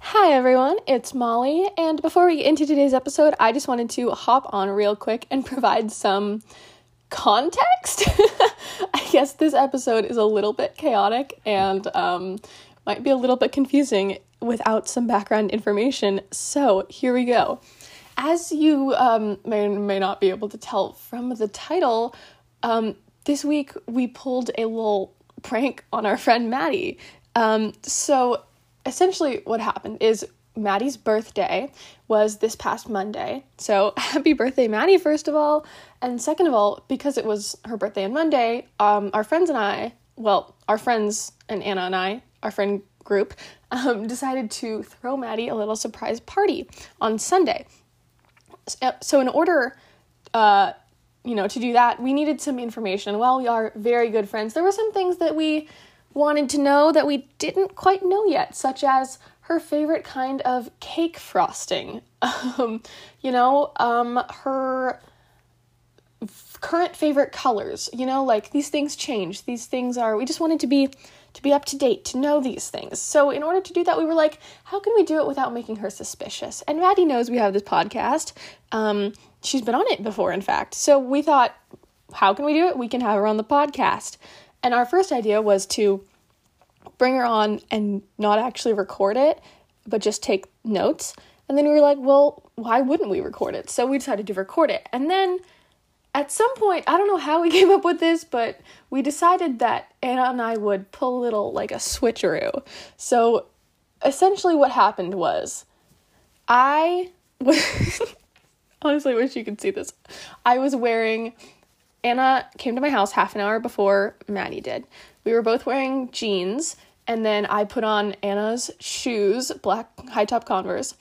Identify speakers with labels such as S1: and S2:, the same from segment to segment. S1: Hi everyone, it's Molly, and before we get into today's episode, I just wanted to hop on real quick and provide some context. I guess this episode is a little bit chaotic and um, might be a little bit confusing without some background information, so here we go. As you um, may, may not be able to tell from the title, um, this week we pulled a little prank on our friend Maddie. Um, so essentially what happened is Maddie's birthday was this past Monday. So happy birthday, Maddie, first of all. And second of all, because it was her birthday on Monday, um, our friends and I, well, our friends and Anna and I, our friend group, um, decided to throw Maddie a little surprise party on Sunday. So- So, in order uh, you know, to do that, we needed some information. While we are very good friends, there were some things that we wanted to know that we didn't quite know yet, such as her favorite kind of cake frosting. Um, you know, um, her f- current favorite colors. You know, like these things change. These things are. We just wanted to be to be up to date to know these things. So in order to do that, we were like, how can we do it without making her suspicious? And Maddie knows we have this podcast. Um, she's been on it before, in fact. So we thought, how can we do it? We can have her on the podcast. And our first idea was to bring her on and not actually record it, but just take notes. And then we were like, well, why wouldn't we record it? So we decided to record it. And then at some point, I don't know how we came up with this, but we decided that Anna and I would pull a little like a switcheroo. So essentially, what happened was I was honestly wish you could see this. I was wearing Anna came to my house half an hour before Maddie did. We were both wearing jeans, and then I put on Anna's shoes, black high top Converse.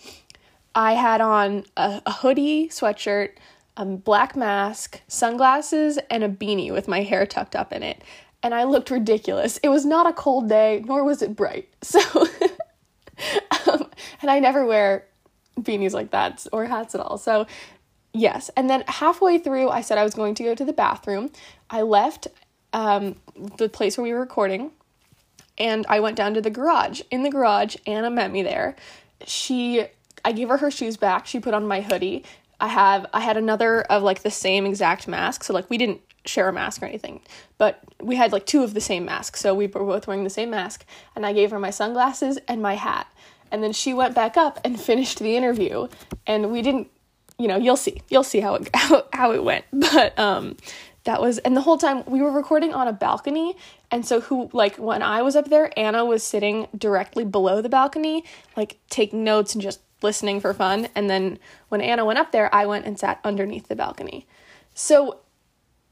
S1: I had on a, a hoodie, sweatshirt, a black mask, sunglasses, and a beanie with my hair tucked up in it. And I looked ridiculous. It was not a cold day, nor was it bright. So, um, and I never wear beanies like that or hats at all. So, yes. And then halfway through, I said I was going to go to the bathroom. I left um, the place where we were recording and I went down to the garage. In the garage, Anna met me there. She I gave her her shoes back. She put on my hoodie. I have I had another of like the same exact mask. So like we didn't share a mask or anything, but we had like two of the same mask. So we were both wearing the same mask and I gave her my sunglasses and my hat. And then she went back up and finished the interview and we didn't you know, you'll see. You'll see how it how, how it went. But um that was and the whole time we were recording on a balcony and so who like when I was up there Anna was sitting directly below the balcony like taking notes and just listening for fun and then when Anna went up there I went and sat underneath the balcony. So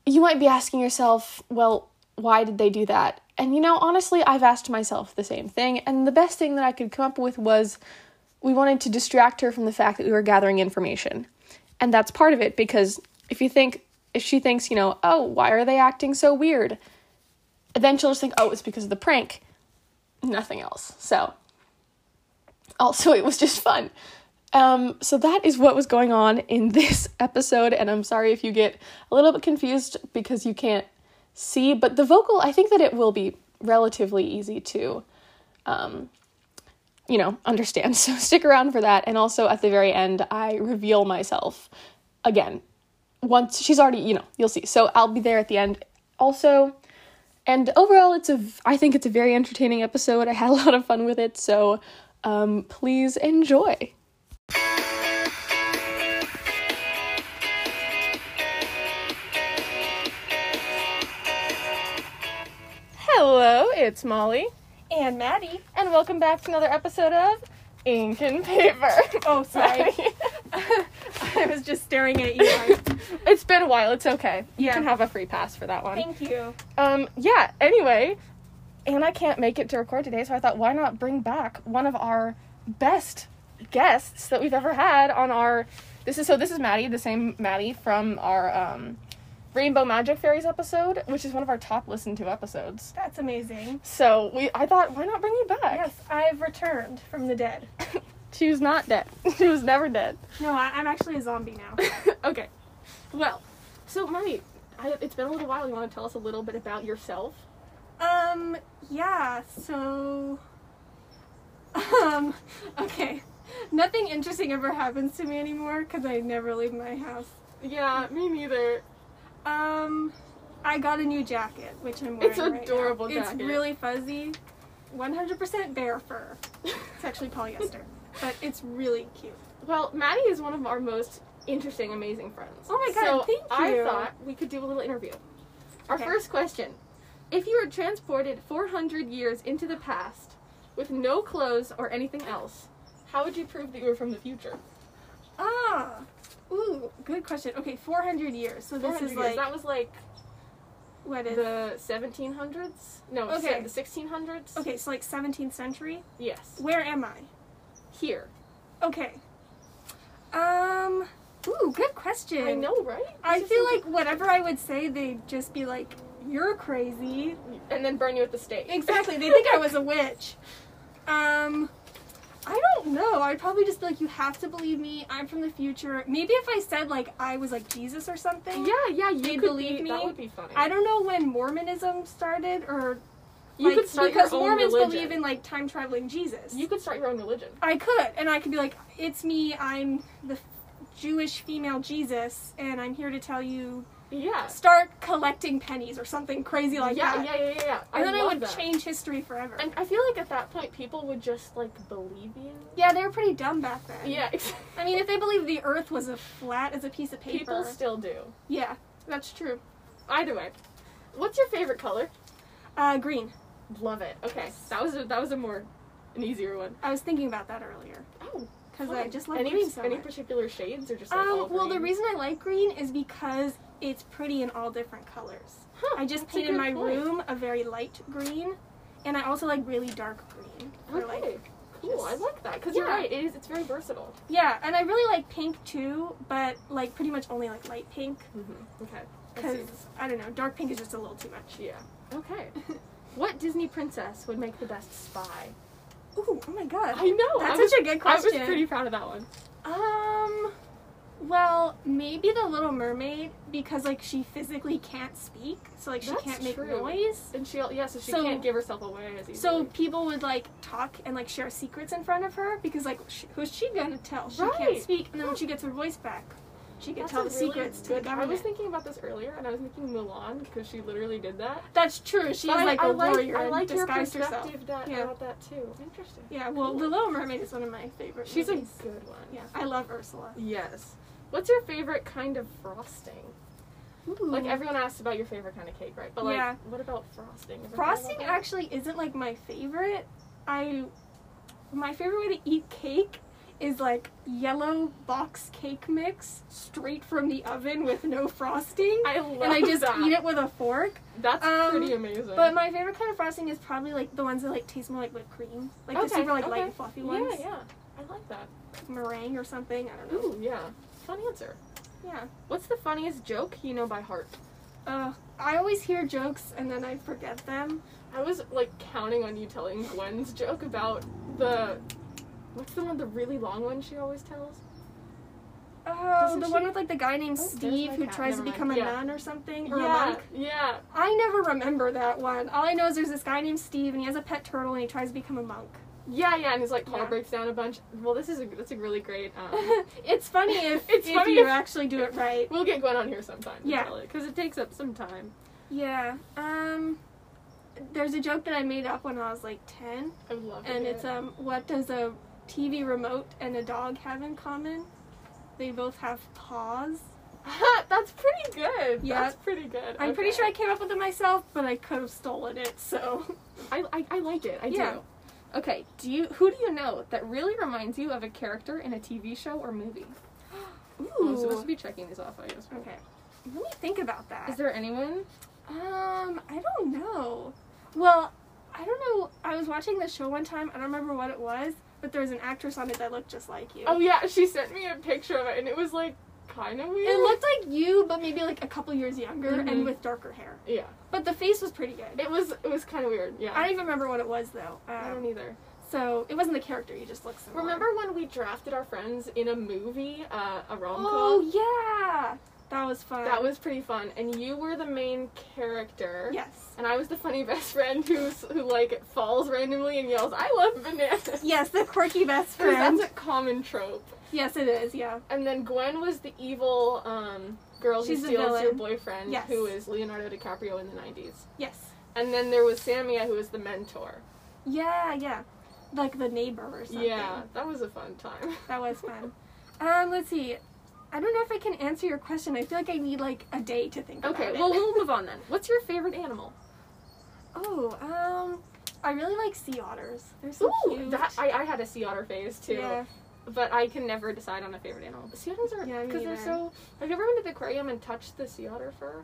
S1: you might be asking yourself, well, why did they do that? And you know, honestly, I've asked myself the same thing, and the best thing that I could come up with was we wanted to distract her from the fact that we were gathering information. And that's part of it because if you think, if she thinks, you know, oh, why are they acting so weird? Then she'll just think, oh, it's because of the prank, nothing else. So, also, Oh, it was just fun. Um, so that is what was going on in this episode, and I'm sorry if you get a little bit confused because you can't see, but the vocal, I think that it will be relatively easy to, um, you know, understand. So stick around for that, and also at the very end, I reveal myself again. Once she's already, you know, you'll see. So I'll be there at the end. Also, and overall it's a v- i think it's a very entertaining episode i had a lot of fun with it so um, please enjoy hello it's molly
S2: And Maddie.
S1: and welcome back to another episode of ink and paper
S2: Oh, sorry. I was just staring at you. like,
S1: it's been a while it's okay you
S2: Yeah.
S1: can have a free pass for that one
S2: Thank you.
S1: Um, yeah, anyway, Anna can't make it to record today, so I thought why not bring back one of our best guests that we've ever had on our this is so this is Maddie, the same Maddie from our um Rainbow Magic Fairies episode, which is one of our top listened to episodes.
S2: That's amazing.
S1: So we I thought why not bring you back?
S2: Yes, I've returned from the dead.
S1: She was not dead. she was never dead.
S2: No, I, I'm actually a zombie now.
S1: okay. Well, so Maddie, I, it's been a little while. You want to tell us a little bit about yourself?
S2: um, yeah, so Um, okay. Nothing interesting ever happens to me anymore because I never leave my house.
S1: Yeah, me neither.
S2: Um, I got a new jacket, which I'm wearing.
S1: It's
S2: right now.
S1: adorable jacket.
S2: It's really fuzzy, 100% bear fur. It's actually polyester, but it's really cute.
S1: Well, Maddie is one of our most interesting, amazing friends.
S2: Oh my God,
S1: So
S2: thank
S1: I
S2: you.
S1: thought we could do a little interview. Our
S2: Okay.
S1: first question: If you were transported 400 years into the past with no clothes or anything else, how would you prove that you were from the future?
S2: Ah, ooh, good question. Okay, 400 years. So this
S1: 400
S2: is
S1: years.
S2: like
S1: that was like
S2: what is?
S1: the 1700s. No,
S2: Okay.
S1: se- the 1600s.
S2: okay, so like 17th century.
S1: Yes.
S2: Where am I?
S1: Here.
S2: Okay. Um. Ooh, good question.
S1: I know, right?
S2: I
S1: This is
S2: feel
S1: so-
S2: like whatever I would say, they'd just be like, "You're crazy."
S1: and then burn you at the stake.
S2: Exactly. They think I was a witch. Um, I don't know. I'd probably just be like, "You have to believe me. I'm from the future." Maybe if I said like I was like Jesus or something.
S1: Yeah, yeah, you
S2: They
S1: could
S2: believe
S1: be-
S2: me.
S1: That would be funny.
S2: I don't know when Mormonism started, or
S1: you
S2: like,
S1: could start
S2: because
S1: your own
S2: Mormons
S1: religion.
S2: believe in like time traveling Jesus.
S1: You could start your own religion.
S2: I could, and I could be like, "It's me. I'm the f- Jewish female Jesus, and I'm here to tell you."
S1: Yeah.
S2: start collecting pennies or something crazy like
S1: yeah,
S2: that.
S1: yeah, yeah, yeah, yeah.
S2: And then I
S1: love
S2: would
S1: that.
S2: change history forever.
S1: And I feel like at that point, people would just like believe you.
S2: yeah, they were pretty dumb back then.
S1: Yeah,
S2: I mean, if they believed the earth was as flat as a piece of paper.
S1: people still do.
S2: yeah.
S1: That's true. Either way, what's your favorite color?
S2: Uh, green.
S1: Love it. Okay, that was a, that was a more an easier one.
S2: I was thinking about that earlier.
S1: Oh,
S2: Because I just love
S1: any
S2: green so
S1: any
S2: much.
S1: particular shades or just like all
S2: Um, well, the
S1: green?
S2: reason I like green is because it's pretty in all different colors.
S1: Huh,
S2: I just
S1: that's a
S2: painted
S1: good
S2: my
S1: point.
S2: room a very light green, and I also like really dark green. for,
S1: Okay.
S2: like-
S1: Cool, I
S2: just-
S1: like that because you're
S2: yeah.
S1: right. It is. It's very versatile.
S2: yeah, and I really like pink too, but like pretty much only like light pink.
S1: Mm-hmm. Okay. I
S2: Because
S1: see.
S2: I don't know, dark pink is just a little too much.
S1: Yeah. Okay. what Disney princess would make the best spy?
S2: Ooh, oh my god.
S1: I know.
S2: That's
S1: I was,
S2: such a good question.
S1: I was pretty proud of that one.
S2: Um, well, maybe the Little Mermaid because like she physically can't speak, so like she
S1: That's
S2: can't make
S1: true.
S2: noise.
S1: And she, yeah, so she
S2: So-
S1: can't give herself away as easily.
S2: So people would like talk and like share secrets in front of her because like sh- who's she gonna tell? She can't
S1: Right.
S2: speak, and then when she gets her voice back, she can
S1: That's
S2: tell
S1: a
S2: the
S1: really
S2: secrets to the
S1: good- I
S2: government.
S1: was thinking about this earlier, and I was thinking Mulan because she literally did that.
S2: That's true. She's
S1: But I-
S2: like a
S1: I
S2: warrior
S1: I
S2: and
S1: like your
S2: disguised herself.
S1: perspective that,
S2: Yeah.
S1: about that too. Interesting.
S2: Yeah, well, The Little Mermaid is one of my favorite.
S1: She's a
S2: movies.
S1: good one.
S2: yeah. I love Ursula.
S1: Yes. What's your favorite kind of frosting? Like
S2: Ooh.
S1: everyone asks about your favorite kind of cake, right? But like,
S2: Yeah.
S1: what about frosting? Is there
S2: Frosting
S1: anything about that?
S2: actually isn't like my favorite. I my favorite way to eat cake is like yellow box cake mix straight from the oven with no frosting.
S1: I love
S2: and I just
S1: that.
S2: eat it with a fork.
S1: That's
S2: um,
S1: pretty amazing.
S2: But my favorite kind of frosting is probably like the ones that like taste more like whipped cream. Like the
S1: Okay,
S2: super like
S1: okay.
S2: light and fluffy ones.
S1: Yeah, yeah. I like that.
S2: Meringue or something. I don't know.
S1: Ooh, yeah. Fun answer.
S2: Yeah.
S1: What's the funniest joke you know by heart?
S2: Uh, I always hear jokes and then I forget them.
S1: I was like counting on you telling Gwen's joke about the what's the one the really long one she always tells?
S2: Oh,
S1: Doesn't
S2: the one
S1: she-
S2: with like the guy named
S1: Oh, there's
S2: Steve
S1: my
S2: who
S1: cat.
S2: tries to
S1: Never mind.
S2: become a
S1: Yeah.
S2: nun or something or a
S1: yeah,
S2: monk.
S1: yeah.
S2: I never remember that one. All I know is there's this guy named Steve, and he has a pet turtle, and he tries to become a monk.
S1: Yeah, yeah, and his like car
S2: Yeah.
S1: breaks down a bunch. Well, this is a that's a really great um
S2: it's funny if
S1: It's
S2: if
S1: funny
S2: you
S1: if-
S2: actually do it right.
S1: We'll get Gwen on here sometime.
S2: Yeah.
S1: Cuz it takes up some time.
S2: Yeah. Um, there's a joke that I made up when I was like ten,
S1: I would love
S2: and
S1: it.
S2: it's um, what does a TV remote and a dog have in common? They both have paws.
S1: that's pretty good.
S2: Yeah.
S1: That's pretty good.
S2: I'm pretty
S1: Okay.
S2: sure I came up with it myself, but I could have stolen it. So,
S1: I, I, I like it. I
S2: Yeah.
S1: do. Okay, do you who do you know that really reminds you of a character in a TV show or movie? Oh, I'm supposed to be checking these off, I guess.
S2: okay. Let me think about that.
S1: Is there anyone?
S2: Um, I don't know. Well, I don't know. I was watching the show one time. I don't remember what it was, but there was an actress on it that looked just like you.
S1: Oh yeah, she sent me a picture of it, and it was like kind of weird.
S2: It looked like you, but maybe like a couple years younger
S1: Mhm.
S2: and with darker hair.
S1: yeah.
S2: But the face was pretty good.
S1: It was it was kind of weird. Yeah.
S2: I don't even remember what it was though.
S1: I
S2: Um,
S1: don't either.
S2: so it wasn't the character. You just looked similar.
S1: Remember when we drafted our friends in a movie, uh, a rom com?
S2: Oh yeah. That was fun.
S1: That was pretty fun. And you were the main character.
S2: Yes.
S1: And I was the funny best friend who's who like falls randomly and yells, "I love bananas."
S2: Yes, the quirky best
S1: 'Cause
S2: friend.
S1: that's a common trope.
S2: Yes, it is. Yeah.
S1: And then Gwen was the evil um, girl
S2: She's the
S1: who steals your
S2: villain.
S1: boyfriend,
S2: Yes.
S1: who is Leonardo DiCaprio in the '90s.
S2: Yes.
S1: And then there was Samia, who was the mentor.
S2: Yeah, yeah. Like the neighbor or something.
S1: Yeah, that was a fun time.
S2: That was fun. um, let's see. I don't know if I can answer your question. I feel like I need like a day to think
S1: okay,
S2: about it.
S1: well we'll move on then. What's your favorite animal?
S2: Oh, um, I really like sea otters. They're so cute.
S1: that I, I had a sea otter phase too,
S2: Yeah.
S1: but I can never decide on a favorite animal. Sea otters are
S2: Yeah, me
S1: because they're
S2: either.
S1: so. Have you ever been to the aquarium and touched the sea otter fur?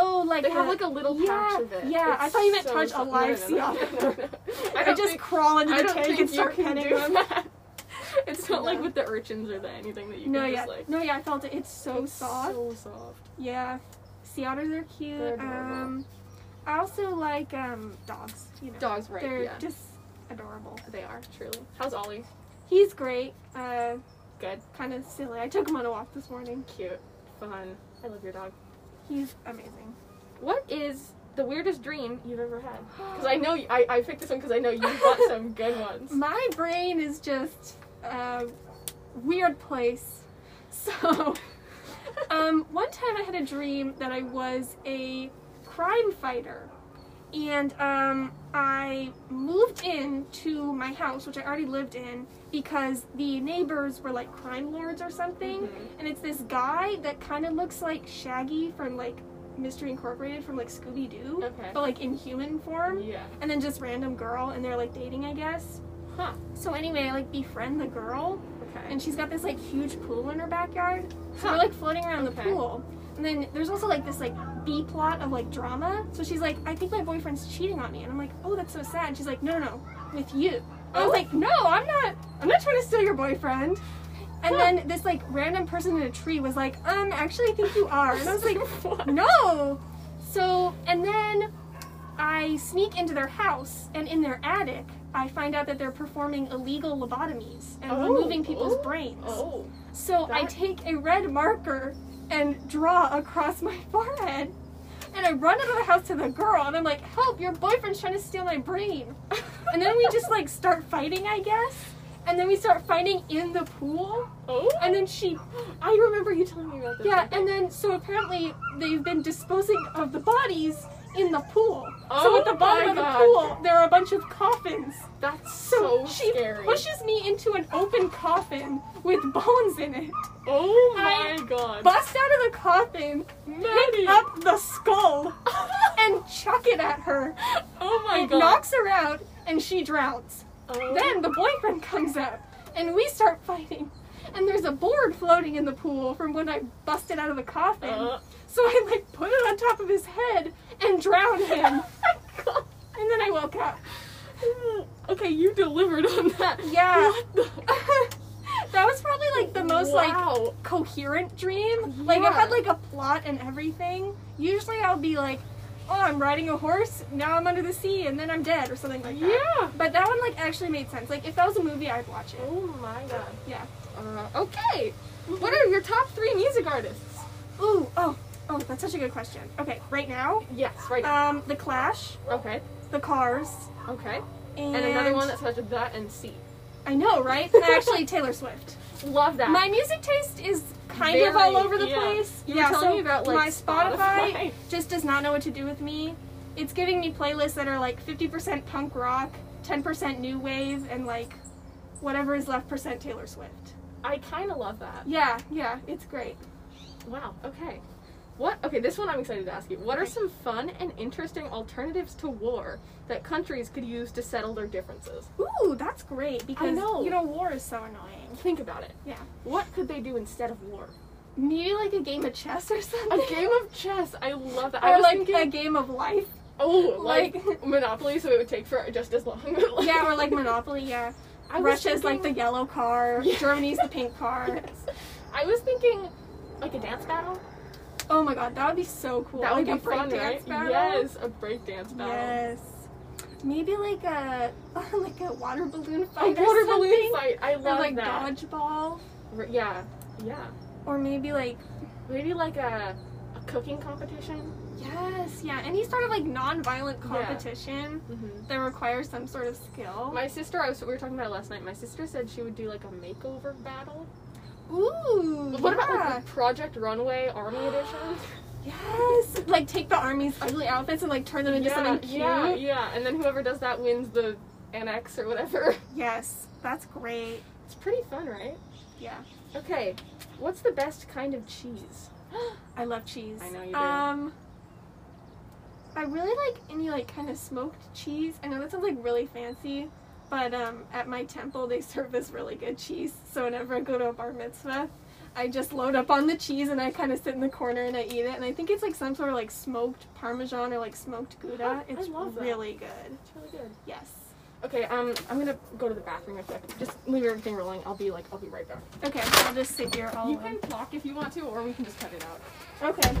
S2: Oh, like
S1: They have
S2: the-
S1: like a little
S2: yeah,
S1: patch of it.
S2: Yeah, I
S1: It's
S2: thought you meant
S1: so
S2: touch a
S1: fun. No,
S2: live
S1: no,
S2: sea
S1: no,
S2: otter.
S1: no, no, no. I
S2: I
S1: don't
S2: just
S1: think,
S2: crawl into
S1: I
S2: the
S1: don't
S2: tank
S1: think
S2: and
S1: you
S2: start
S1: can
S2: petting
S1: do
S2: them.
S1: that. It's not like
S2: No.
S1: with the urchins or the anything that you
S2: No,
S1: can
S2: yeah,
S1: just like.
S2: no, yeah. I felt it. It's so
S1: It's
S2: soft.
S1: So soft.
S2: Yeah, sea otters are
S1: They're
S2: cute.
S1: adorable.
S2: Um, I also like um dogs. You know,
S1: Dogs, right?
S2: they're
S1: yeah,
S2: just adorable.
S1: they are truly. How's Ollie?
S2: He's great. Uh,
S1: Good,
S2: kind of silly. I took him on a walk this morning.
S1: cute, fun. I love your dog.
S2: He's amazing.
S1: What is the weirdest dream you've ever had? Because I know I, I picked this one because I know you've got some good ones.
S2: My brain is just a weird place. So, um, one time I had a dream that I was a crime fighter, and um, I moved in to my house, which I already lived in, because the neighbors were like crime lords or something.
S1: Mhm.
S2: And it's this guy that kind of looks like Shaggy from like Mystery Incorporated from like Scooby Doo,
S1: Okay.
S2: but like in human form
S1: Yeah.
S2: and then just random girl and they're like dating i guess
S1: Huh.
S2: so anyway i like befriend the girl
S1: Okay.
S2: and she's got this like huge pool in her backyard so
S1: Huh.
S2: we're like floating around the
S1: Okay.
S2: pool and then there's also like this like b plot of like drama so she's like i think my boyfriend's cheating on me and i'm like oh that's so sad and she's like no no no with you and i was
S1: Oh.
S2: like no i'm not i'm not trying to steal your boyfriend and
S1: Huh.
S2: then this like random person in a tree was like um actually i think you are and i was like no. So, and then I sneak into their house, and in their attic, I find out that they're performing illegal lobotomies and
S1: Oh.
S2: removing people's
S1: Oh.
S2: brains.
S1: Oh.
S2: So I
S1: That-
S2: take a red marker and draw across my forehead. And I run out of the house to the girl, and I'm like, "Help! Your boyfriend's trying to steal my brain." And then we just like start fighting, I guess. And then we start fighting in the pool.
S1: Oh.
S2: And then she
S1: I remember you telling me about this.
S2: yeah, and then so apparently they've been disposing of the bodies in the pool. so
S1: Oh
S2: at the bottom
S1: my
S2: of the
S1: God.
S2: pool there are a bunch of coffins.
S1: That's so,
S2: So, she
S1: scary.
S2: pushes me into an open coffin with bones in it.
S1: oh my
S2: I-
S1: god.
S2: Bust out of the coffin,
S1: Maddie.
S2: pick up the skull, and chuck it at her.
S1: oh my
S2: it
S1: god.
S2: knocks her out and she drowns.
S1: Oh.
S2: Then the boyfriend comes up and we start fighting. And there's a board floating in the pool from when I busted out of the coffin.
S1: Uh.
S2: So I like put it on top of his head and drown him. and
S1: Oh
S2: then I woke up.
S1: okay, you delivered on that.
S2: Yeah.
S1: What the?
S2: that was probably like the most like
S1: wow.
S2: coherent dream. Like it
S1: Yeah.
S2: had like a plot and everything. Usually I'll be like, oh, I'm riding a horse, now I'm under the sea, and then I'm dead or something like that.
S1: Yeah.
S2: But that one like actually made sense. Like if that was a movie, I'd watch it.
S1: Oh my god.
S2: Yeah.
S1: Uh, okay. What are your top three music artists?
S2: Ooh. Oh. Oh, that's such a good question. Okay, right now,
S1: Yes, right. now.
S2: um, the Clash,
S1: okay.
S2: the Cars,
S1: Okay.
S2: and,
S1: And another one that starts with that and C.
S2: I know, right? And actually, Taylor Swift.
S1: Love that.
S2: My music taste is kind of
S1: Very-
S2: all over the
S1: yeah.
S2: place.
S1: You were telling
S2: so
S1: me about, like,
S2: my Spotify,
S1: Spotify.
S2: just does not know what to do with me. It's giving me playlists that are like 50% punk rock, 10% new wave, and like whatever is left percent Taylor Swift.
S1: I kind of love that.
S2: Yeah, yeah, it's great.
S1: Wow. Okay. What? Okay, this one I'm excited to ask you. What are
S2: Okay.
S1: some fun and interesting alternatives to war that countries could use to settle their differences?
S2: Ooh, that's great because
S1: know.
S2: you know war is so annoying.
S1: Think about it.
S2: Yeah.
S1: What could they do instead of war?
S2: Maybe like a game of chess or
S1: A
S2: something.
S1: game of chess. I love that. I
S2: or
S1: was
S2: like
S1: thinking,
S2: a game of life.
S1: oh, like,
S2: like-
S1: Monopoly, so it would take for just as long.
S2: Yeah, or like Monopoly. Yeah,
S1: I was
S2: Russia's like the
S1: thinking-
S2: yellow car.
S1: Yeah.
S2: Germany's the pink car.
S1: Yes. I was thinking, like a dance battle.
S2: Oh my god, that would be so cool.
S1: That would
S2: like
S1: be fun, right? Yes, a breakdance battle.
S2: Yes. Maybe like a like a water balloon
S1: A
S2: fight. or
S1: water
S2: something.
S1: balloon fight. I
S2: Or
S1: love
S2: like
S1: that.
S2: dodgeball.
S1: R- Yeah, yeah.
S2: Or maybe like
S1: Maybe like a, a cooking competition.
S2: Yes, yeah. Any sort of like non-violent
S1: Yeah.
S2: competition
S1: Mm-hmm.
S2: that requires some sort of skill.
S1: My sister, I was, we were talking about it last night. My sister said she would do like a makeover battle.
S2: Ooh.
S1: What about like,
S2: yeah.
S1: like Project Runway Army Edition?
S2: Yes. Like take the army's ugly outfits and like turn them into
S1: yeah,
S2: something cute.
S1: yeah, yeah. And then whoever does that wins the annex or whatever.
S2: Yes. That's great.
S1: It's pretty fun, right?
S2: Yeah.
S1: Okay, what's the best kind of cheese?
S2: I love cheese.
S1: I know you do.
S2: Um I really like any like kind of smoked cheese. I know that sounds like really fancy, but um at my temple they serve this really good cheese. So whenever I go to a bar mitzvah, I just load up on the cheese and I kind of sit in the corner and I eat it. And I think it's like some sort of like smoked parmesan or like smoked gouda.
S1: I
S2: It's
S1: love that.
S2: really good.
S1: It's really good.
S2: Yes.
S1: Okay, um, I'm gonna go to the bathroom real quick. Just leave everything rolling. I'll be like, I'll be right back.
S2: Okay, I'll just sit here all
S1: You
S2: alone.
S1: can talk if you want to, or we can just cut it out.
S2: Okay.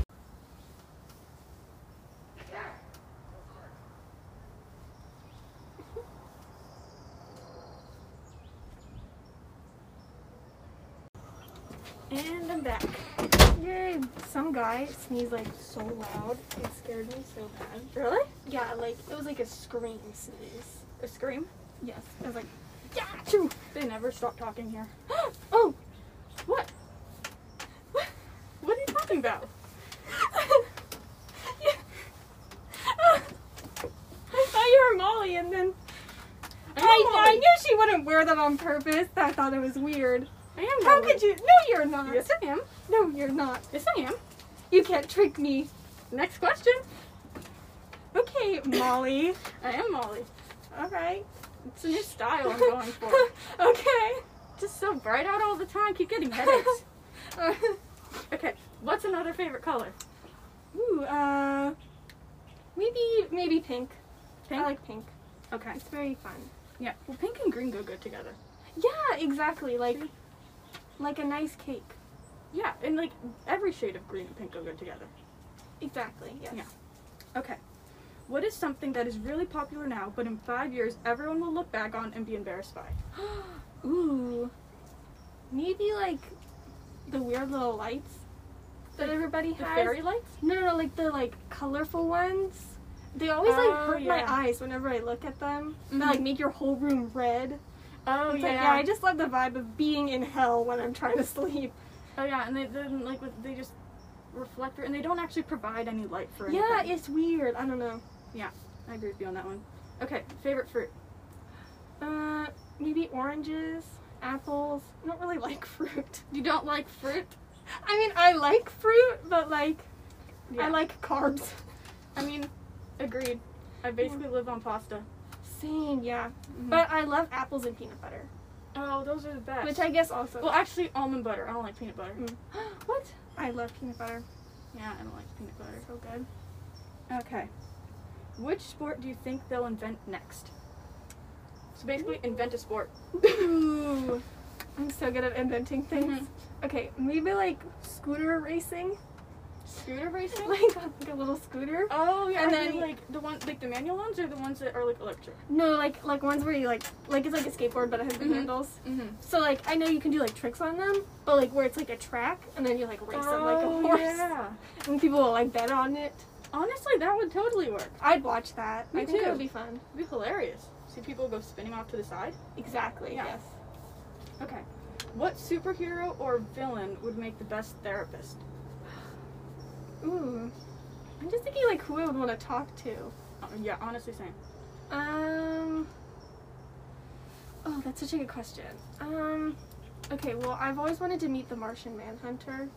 S2: And I'm back. Yay! Some guy sneezed like so loud. It scared me so bad.
S1: Really?
S2: Yeah, like it was like a scream sneeze.
S1: A scream?
S2: Yes. I was like, yeah, choo.
S1: They never stop talking here.
S2: oh,
S1: What? What are you talking about?
S2: I thought you were Molly, and then
S1: I'm
S2: I,
S1: not
S2: I
S1: Molly.
S2: knew she wouldn't wear that on purpose. I thought it was weird.
S1: I am.
S2: How
S1: Molly.
S2: could you? No, you're not.
S1: Yes, I am.
S2: No, you're not.
S1: Yes, I am.
S2: You can't trick me.
S1: Next question.
S2: Okay, Molly.
S1: I am Molly.
S2: All right.
S1: It's a new style I'm going for.
S2: okay.
S1: Just so bright out all the time. Keep getting headaches.
S2: Uh,
S1: okay. What's another favorite color?
S2: Ooh, uh, maybe maybe pink.
S1: Pink.
S2: I like pink.
S1: okay.
S2: It's very fun.
S1: Yeah. Well, pink and green go good together.
S2: Yeah, exactly. Like like a nice cake.
S1: Yeah, and like every shade of green and pink go good together.
S2: Exactly. Yes.
S1: Yeah. Okay. What is something that is really popular now, but in five years everyone will look back on and be embarrassed by?
S2: Ooh. Maybe like the weird little lights that
S1: Like,
S2: everybody
S1: The
S2: has.
S1: fairy lights?
S2: No, no, no, like the like colorful ones. They always like
S1: Oh,
S2: hurt
S1: yeah. Mm-hmm.
S2: my eyes whenever I look at them. They like make your whole room red.
S1: Oh
S2: It's like, yeah, I just love the vibe of being in hell when I'm trying to sleep.
S1: oh yeah, and they then like with- they just reflector and they don't actually provide any light for anything.
S2: Yeah, it's weird. I don't know.
S1: I agree with you on that one. Okay, favorite fruit.
S2: Uh, maybe oranges, apples. I don't really like fruit.
S1: You don't like fruit?
S2: I mean, I like fruit, but like I
S1: Yeah.
S2: like carbs.
S1: I mean, agreed. I basically live on pasta.
S2: Same, yeah.
S1: Mm-hmm.
S2: But I love apples and peanut butter,
S1: Oh, those are the best.
S2: which I guess also.
S1: well, actually, almond butter. I don't like peanut butter.
S2: Mm.
S1: what?
S2: I love peanut butter.
S1: Yeah, I don't like peanut butter.
S2: So good.
S1: Okay. Which sport do you think they'll invent next? So basically, invent a sport.
S2: Ooh, I'm so good at inventing things.
S1: Mm-hmm.
S2: Okay, maybe like scooter racing,
S1: Scooter racing?
S2: like on, like a little scooter.
S1: oh yeah,
S2: And
S1: and
S2: then-
S1: then like the ones like the manual ones are the ones that are like electric.
S2: No, like like ones where you like like it's like a skateboard but it has the
S1: Mhm.
S2: handles.
S1: Mm-hmm.
S2: So like I know you can do like tricks on them, but like where it's like a track and then you like race them like a
S1: Oh,
S2: horse,
S1: yeah.
S2: and people will like bet on it.
S1: Honestly, that would totally work.
S2: I'd watch that.
S1: Me
S2: I think
S1: too.
S2: it would be fun.
S1: It'd be hilarious. See people go spinning off to the side.
S2: Exactly.
S1: Yeah.
S2: Yes.
S1: Okay. What superhero or villain would make the best therapist?
S2: Ooh, I'm just thinking like who I would want to talk to.
S1: Uh, yeah, honestly, same.
S2: Um. Oh, that's such a good question. Um. Okay, well, I've always wanted to meet the Martian Manhunter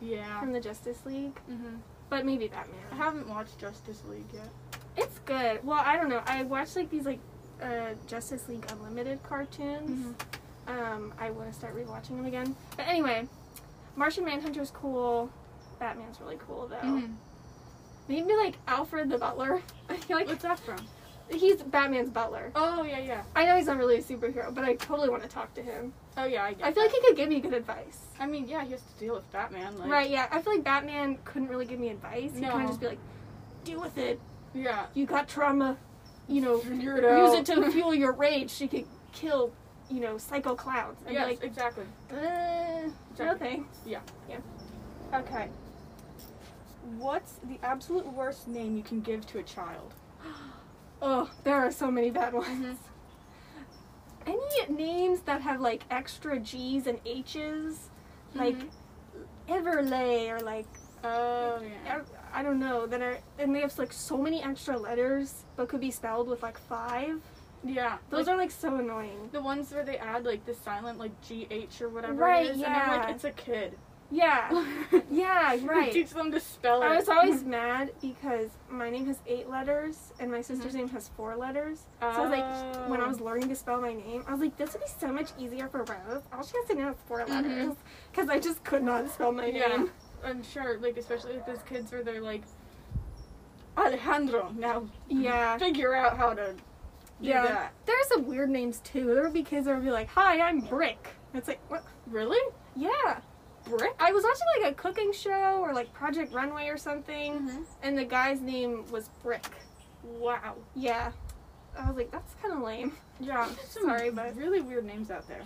S1: Yeah.
S2: from the Justice League,
S1: Mm-hmm.
S2: but maybe
S1: I
S2: Batman.
S1: haven't watched Justice League yet.
S2: It's good. Well, I don't know. I watched like these like uh, Justice League Unlimited cartoons. Um, I want to start rewatching them again. But anyway, Martian Manhunter's cool. Batman's really cool though.
S1: Mm-hmm. Oh.
S2: Maybe like Alfred the Butler. I feel like
S1: What's that from?
S2: he's Batman's butler.
S1: Oh yeah, yeah.
S2: I know he's not really a superhero, but I totally want to talk to him.
S1: Oh yeah, I get.
S2: I feel like he could give me good advice.
S1: I mean, yeah, he has to deal with Batman. Like,
S2: right, yeah. I feel like Batman couldn't really give me advice. He'd
S1: No.
S2: kind of just be like, deal with it.
S1: Yeah.
S2: You got trauma. You know,
S1: Figure it
S2: use
S1: out."
S2: it to fuel your rage so you could kill, you know, psycho clowns. I'd be
S1: Yes,
S2: like,
S1: exactly.
S2: uh, no
S1: Exactly.
S2: thanks.
S1: Yeah.
S2: Yeah.
S3: Okay. What's the absolute worst name you can give to a child?
S2: Oh, there are so many bad ones.
S1: Mm-hmm.
S2: Any names that have like extra G's and H's, like
S1: Mm-hmm.
S2: Everlay or like uh,
S1: Oh, Yeah.
S2: I, I don't know. That are and they have like so many extra letters, but could be spelled with like five.
S1: Yeah.
S2: Those
S1: like,
S2: are like so annoying.
S1: the ones where they add like the silent like G H or whatever
S2: Right,
S1: it is, and I'm
S2: yeah.
S1: like, it's a kid.
S2: Yeah, yeah, right.
S1: Teach them to spell it.
S2: I was always mad because my name has eight letters and my sister's
S1: Mm-hmm.
S2: name has four letters. So I was
S1: Oh.
S2: like, when I was learning to spell my name, I was like, this would be so much easier for Rose. All she has to know is four letters. Because I just could not spell my
S1: Mm-hmm. Yeah.
S2: name.
S1: I'm sure, like especially with those kids where they're like, Alejandro, now
S2: Yeah.
S1: figure out how to do
S2: Yeah.
S1: that.
S2: There's some weird names too. There would be kids that would be like, hi, I'm Brick. And it's like, what?
S1: Really?
S2: Yeah.
S1: Brick?
S2: I was watching like a cooking show or like Project Runway or something, and the guy's name was Brick.
S1: Wow.
S2: Yeah. I was like, that's kind of lame.
S1: Yeah.
S2: Some
S1: Sorry, but really weird names out there.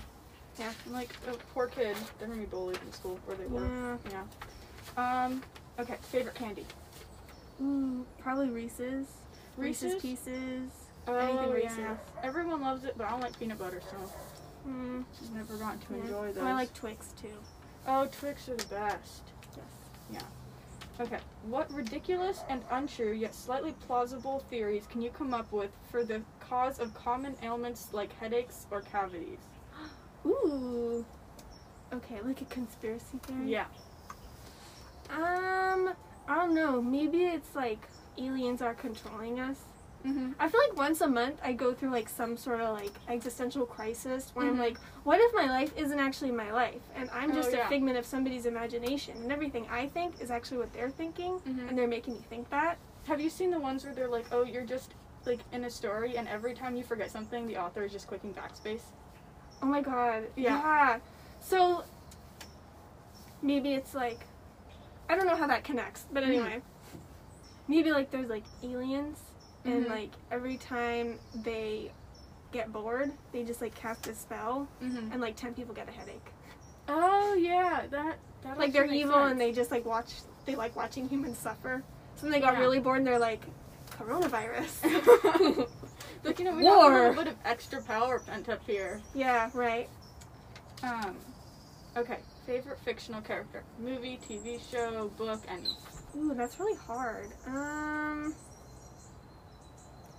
S2: Yeah.
S1: I'm like, oh, poor kid. They're gonna be bullied in school where they were.
S2: Yeah.
S1: Um. Okay. Favorite candy.
S2: Mm, probably Reese's. Reese's,
S1: Reese's?
S2: Pieces.
S1: Oh,
S2: Anything Reese's.
S1: yeah. Everyone loves it, but I don't like peanut butter, so
S2: Mm,
S1: I've never gotten to
S2: yeah.
S1: enjoy those.
S2: And Oh, I like Twix too.
S1: Oh, Twix are the best. Yes. Yeah. Okay. What ridiculous and untrue yet slightly plausible theories can you come up with for the cause of common ailments like headaches or cavities?
S2: Ooh. Okay, like a conspiracy theory.
S1: Yeah.
S2: Um, I don't know. Maybe it's like aliens are controlling us.
S1: Mm-hmm.
S2: I feel like once a month I go through like some sort of like existential crisis where I'm
S1: Mhm.
S2: like, what if my life isn't actually my life and I'm
S1: Oh,
S2: just a
S1: yeah.
S2: figment of somebody's imagination and everything I think is actually what they're thinking
S1: Mhm.
S2: and they're making me think that.
S1: Have you seen the ones where they're like, oh, you're just like in a story, and every time you forget something, the author is just clicking backspace?
S2: Oh my god.
S1: Yeah.
S2: Yeah. So maybe it's like I don't know how that connects, but
S1: Mm-hmm.
S2: anyway. Maybe like there's like aliens and
S1: Mhm.
S2: like every time they get bored, they just like cast a spell
S1: Mm-hmm.
S2: and like 10 people get a headache.
S1: Oh yeah, that. that
S2: like they're
S1: actually makes
S2: evil and
S1: sense.
S2: they just like watch they like watching humans suffer. So then they got
S1: Yeah.
S2: really bored and they're like coronavirus.
S1: like you know we got a
S2: War.
S1: little bit of extra power pent up here.
S2: yeah, right.
S1: Um, okay. Favorite fictional character? Movie, TV show, book, any.
S2: Ooh, that's really hard. Um,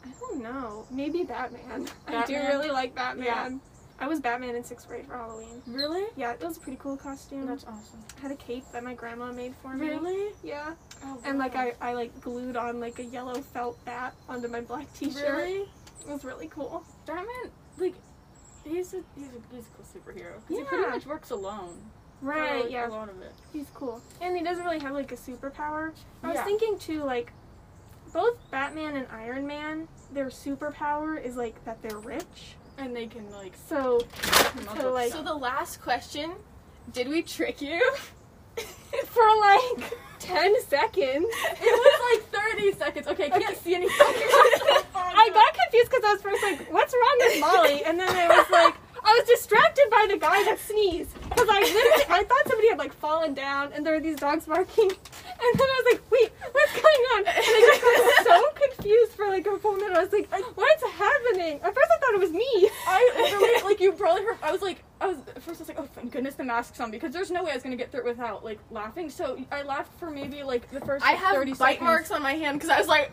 S2: I don't know. Maybe Batman. I do
S1: Batman?
S2: really like Batman. I was Batman in sixth grade for Halloween.
S1: Really?
S2: Yeah, it was a pretty cool costume.
S1: Mm-hmm. That's awesome.
S2: I had a cape that my grandma made for me. Yeah.
S1: Oh,
S2: And like
S1: wow.
S2: I, I like glued on like a yellow felt bat onto my black T-shirt.
S1: really
S2: It was really cool.
S1: Batman like he's a he's a he's a cool superhero 'Cause he pretty
S2: Yeah.
S1: much works alone. for,
S2: Right.
S1: like,
S2: yeah.
S1: A lot of it.
S2: He's cool. And he doesn't really have like a superpower. I was
S1: Yeah.
S2: thinking too, like, both Batman and Iron Man, their superpower is like that they're rich.
S1: And they can like
S2: So
S1: muzzle
S2: like-
S3: So
S1: stuff.
S3: the last question, did we trick you?
S2: for like ten seconds,
S1: it was like thirty seconds. Okay, I can't
S2: Okay.
S1: see any fucking
S2: I got confused because I was first like, "What's wrong with Molly?" And then I was like, I was distracted by the guy that sneezed because I literally I thought somebody had like fallen down and there were these dogs barking, and then I was like, "Wait, what's going on?" And I just got so confused for like a full minute. I was like, "What's happening?" At first, I thought it was me.
S1: I literally like you probably heard. I was like, I was at first. I was like, oh thank goodness the mask's on because there's no way I was gonna get through it without like laughing. So I laughed for maybe like the first.
S3: I
S1: like,
S3: have
S1: 30
S3: bite
S1: seconds. Uh-huh.
S3: marks on my hand because I was like,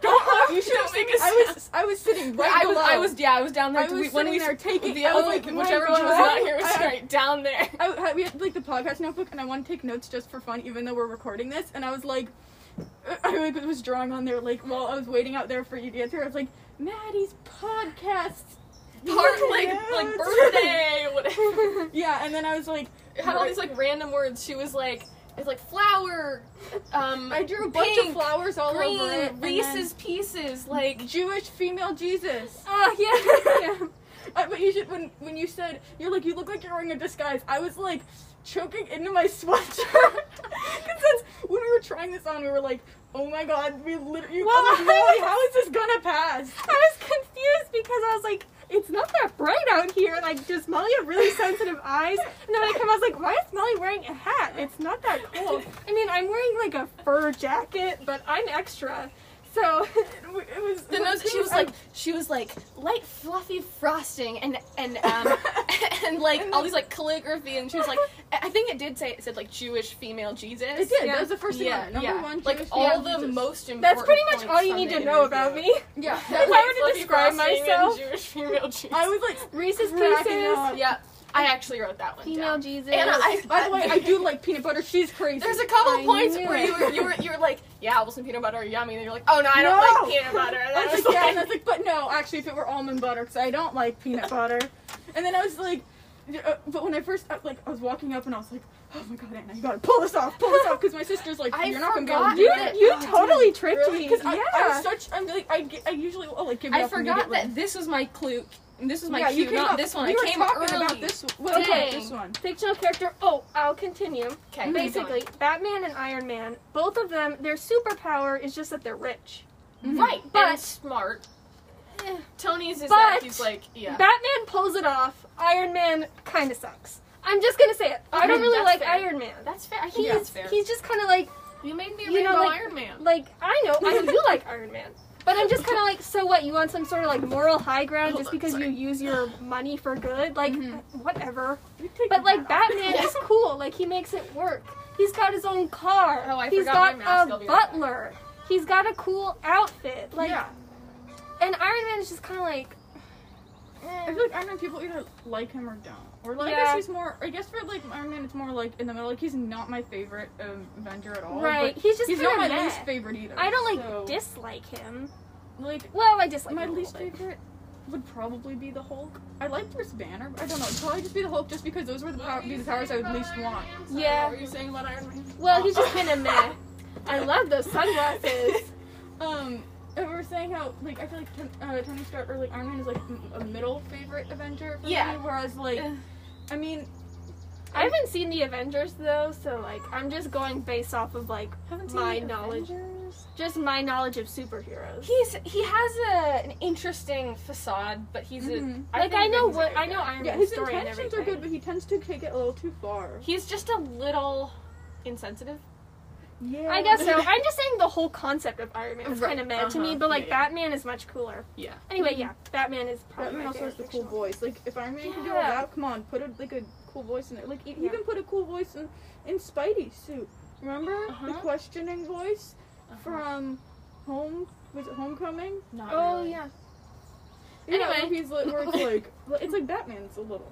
S1: Don't laugh. You
S3: You
S1: should
S3: don't
S1: have seen.
S3: make a
S1: I was I was sitting right
S3: I was,
S1: below.
S3: I was, yeah, I was down there.
S1: I
S3: to-
S1: was
S3: we- when
S1: sitting
S3: we
S1: there taking-
S3: the
S1: I was
S3: other,
S1: like, my
S3: whichever one was
S1: God.
S3: not here was
S1: I-
S3: right down there.
S1: I had, we had like the podcast notebook, and I want to take notes just for fun, even though we're recording this. And I was like, I like, was drawing on there like while I was waiting out there for you to get through. I was like, Maddie's podcast.
S3: Park like like birthday,
S2: Oh,
S3: whatever.
S1: Yeah, and then I was like,
S3: Had all these like random words. She was like, it's like flower. Um,
S1: I drew a bunch of
S3: pink,
S1: flowers all
S3: green,
S1: over it. and then-
S3: Reese's pieces, like.
S1: Jewish female Jesus.
S3: Oh yeah.
S1: yeah. I, but you should when when you said you're like you look like you're wearing a disguise. I was like choking into my sweatshirt because when we were trying this on, we were like, oh my god, we literally. I was like,
S2: Well,
S1: Molly, how is this gonna pass?
S2: I was confused because I was like, it's not that bright out here. Like, does Molly have really sensitive eyes? And then when I come, I was like, why is Molly wearing a hat? It's not that cold. I mean, I'm wearing like a fur jacket, but I'm extra. So it was.
S4: Then those- she was like, she was like light fluffy frosting and and um and like all these like calligraphy and she was like I I think it did say it said like Jewish female Jesus.
S1: It did.
S2: Yeah.
S1: That was the first thing. I
S4: Yeah,
S1: read. Number
S4: yeah.
S1: one,
S4: like
S1: Jewish
S4: all
S1: man,
S4: the
S1: Jesus.
S4: most important.
S2: that's pretty much
S4: points
S2: all you
S4: from
S2: need
S4: the
S2: to know
S4: interview.
S2: about me.
S1: Yeah.
S4: That
S2: If I
S4: light
S2: were to
S4: fluffy
S2: describe
S4: frosting and
S2: myself-
S4: Jewish female Jesus.
S1: I was like,
S2: Reese's
S1: Cracking
S2: Pieces,
S1: up.
S4: yeah, I actually wrote that one
S2: female
S4: down.
S2: Jesus.
S4: Anna, I,
S1: by the way, I do like peanut butter. She's crazy.
S4: There's a couple
S2: I
S4: of points
S2: knew
S4: where
S2: it.
S4: you were, you were you were like, yeah, Wilson peanut butter are yummy, and you're like, oh no, I don't
S1: No.
S4: like peanut butter. And
S1: I
S4: I
S1: was
S4: was
S1: like,
S4: like,
S1: yeah, and I was like, but no, actually, if it were almond butter, because I don't like peanut butter. And then I was like, uh, but when I first uh, like I was walking up and I was like, oh my god, Anna, you gotta pull this off, pull this off, because my sister's like,
S4: I
S1: you're not gonna be able to
S4: forgot
S1: do
S2: you
S1: it.
S2: you totally tricked me.
S1: Because
S2: yeah.
S1: I, I'm such, I'm like, I, get- I usually will like give it
S4: I
S1: up
S4: forgot
S1: immediately.
S4: that this was my clue. This was my
S1: yeah, you came
S4: cue, not
S1: up,
S4: this one.
S1: We
S4: I
S1: were
S4: came
S1: talking
S4: early.
S1: about this. Well, okay,
S4: Dang.
S1: this one.
S2: fictional character. Oh, I'll continue.
S4: Okay, keep
S2: Basically, Batman and Iron Man, both of them, their superpower is just that they're rich.
S4: going. right,
S2: But-
S4: and smart. Tony's is
S2: But-
S4: that he's like, yeah.
S2: Batman pulls it off. Iron Man kind of sucks. I'm just gonna say it. I don't
S4: Okay,
S2: really
S4: that's
S2: like
S4: fair.
S2: Iron Man.
S4: that's fair. I think
S2: He's
S4: that's fair.
S2: he's just kind of like
S4: you made me a
S2: you know,
S4: rainbow
S2: like-
S4: Iron Man.
S2: like I know I do like Iron Man, but I'm just kind of like so what? You want some sort of like moral high ground
S4: Hold
S2: just
S4: on,
S2: because
S4: sorry.
S2: you use your money for good? Like
S4: Mhm.
S2: whatever.
S1: You take
S2: But
S1: your
S2: like
S1: hat
S2: Batman
S4: Yeah.
S2: is cool. Like he makes it work. He's got his own car.
S4: Oh, I
S2: He's got
S4: forgot my mask.
S2: a
S4: I'll be right back.
S2: butler. He's got a cool outfit.
S1: off.
S2: Like
S1: yeah,
S2: and Iron Man is just kind of like.
S1: I
S2: eh.
S1: feel like Iron Man people either like him or don't. Or like, I
S2: Yeah.
S1: guess he's more. I guess for like Iron Man, it's more like in the middle. Like he's not my favorite um, Avenger at all.
S2: Right,
S1: but
S2: he's just
S1: He's
S2: kind
S1: not
S2: of
S1: my
S2: meh.
S1: least favorite either.
S2: I don't like
S1: so,
S2: dislike him.
S1: like
S2: Well, I dislike
S1: my
S2: him a little
S1: least
S2: bit.
S1: favorite would probably be the Hulk. I like Bruce Banner. But I don't know. It'd probably just be the Hulk, just because those were the, power, be the powers I would least want.
S2: Yeah.
S4: What were you saying about Iron Man?
S2: Well, he's just kind of meh. I love those sunglasses.
S1: Um, and we were saying how like I feel like Ton- uh, Tony Stark or like Iron Man is like m- a middle favorite Avenger. For
S4: Yeah.
S1: Me, whereas like,
S4: Ugh.
S1: I mean,
S2: I haven't seen the Avengers though, so like I'm just going based off of like
S1: haven't seen
S2: my
S1: the
S2: knowledge, just my knowledge of superheroes.
S4: He's he has a, an interesting facade, but he's
S1: Mhm.
S4: a Mm-hmm. I
S2: like
S4: think
S2: I know
S4: he's a
S2: what
S4: good
S2: I know
S4: guy.
S2: Iron
S1: Yeah,
S2: Man's
S1: his
S2: story and
S1: intentions are
S2: everything.
S1: good, but he tends to take it a little too far.
S4: He's just a little insensitive.
S1: Yeah.
S2: I guess so. I'm just saying the whole concept of Iron Man is
S4: Right,
S2: kind of meh to
S4: uh-huh,
S2: me, but like
S4: yeah, yeah.
S2: Batman is much cooler.
S4: Yeah.
S2: Anyway, yeah, Batman is probably
S1: Batman
S2: my
S1: also has the
S2: favorite
S1: cool voice. Like, if Iron Man can do all
S2: Yeah.
S1: that, come on, put a, like a cool voice in there. Like, you you
S2: Yeah.
S1: can put a cool voice in in Spidey's suit. Remember the
S4: Uh-huh.
S1: questioning voice from Home? Was it Homecoming?
S4: Not
S2: Oh
S4: really.
S2: yeah.
S1: Yeah,
S2: Anyway.
S1: where he's like, where it's like, well, it's like Batman's a little.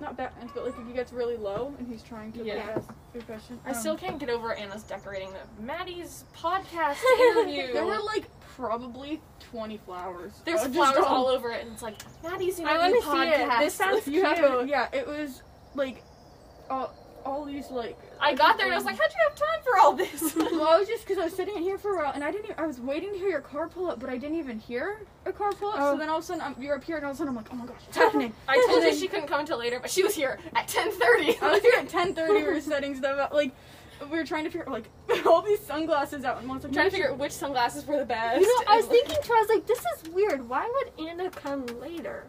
S1: Not Batman's, but like he gets really low and he's trying to
S4: Yeah.
S1: pass profession.
S4: I
S1: Um,
S4: still can't get over Anna's decorating the Maddie's podcast interview.
S1: There were like probably twenty flowers.
S4: There's
S1: Uh, just
S4: flowers all over it, and it's like Maddie's
S2: I
S4: interview
S2: want to see
S4: podcast.
S2: it. This sounds
S1: you
S2: cute.
S1: have to, yeah, it was like all, all these like.
S4: I got there and I was like, how'd you have time for all this?
S1: well, I was just because I was sitting in here for a while and I didn't. Even, I was waiting to hear your car pull up, but I didn't even hear a car pull up.
S2: Oh.
S1: So then all of a sudden um, you're up here, and all of a sudden I'm like, oh my gosh, it's happening.
S4: I told you she couldn't come until later, but she was here at 10:30.
S1: I was here at 10:30. We were setting stuff up. Like we were trying to figure like all these sunglasses out, and one's like
S4: I'm trying to figure out which sunglasses were the best.
S2: You know, I was
S4: and-
S2: thinking too. I was like, this is weird. Why would Anna come later?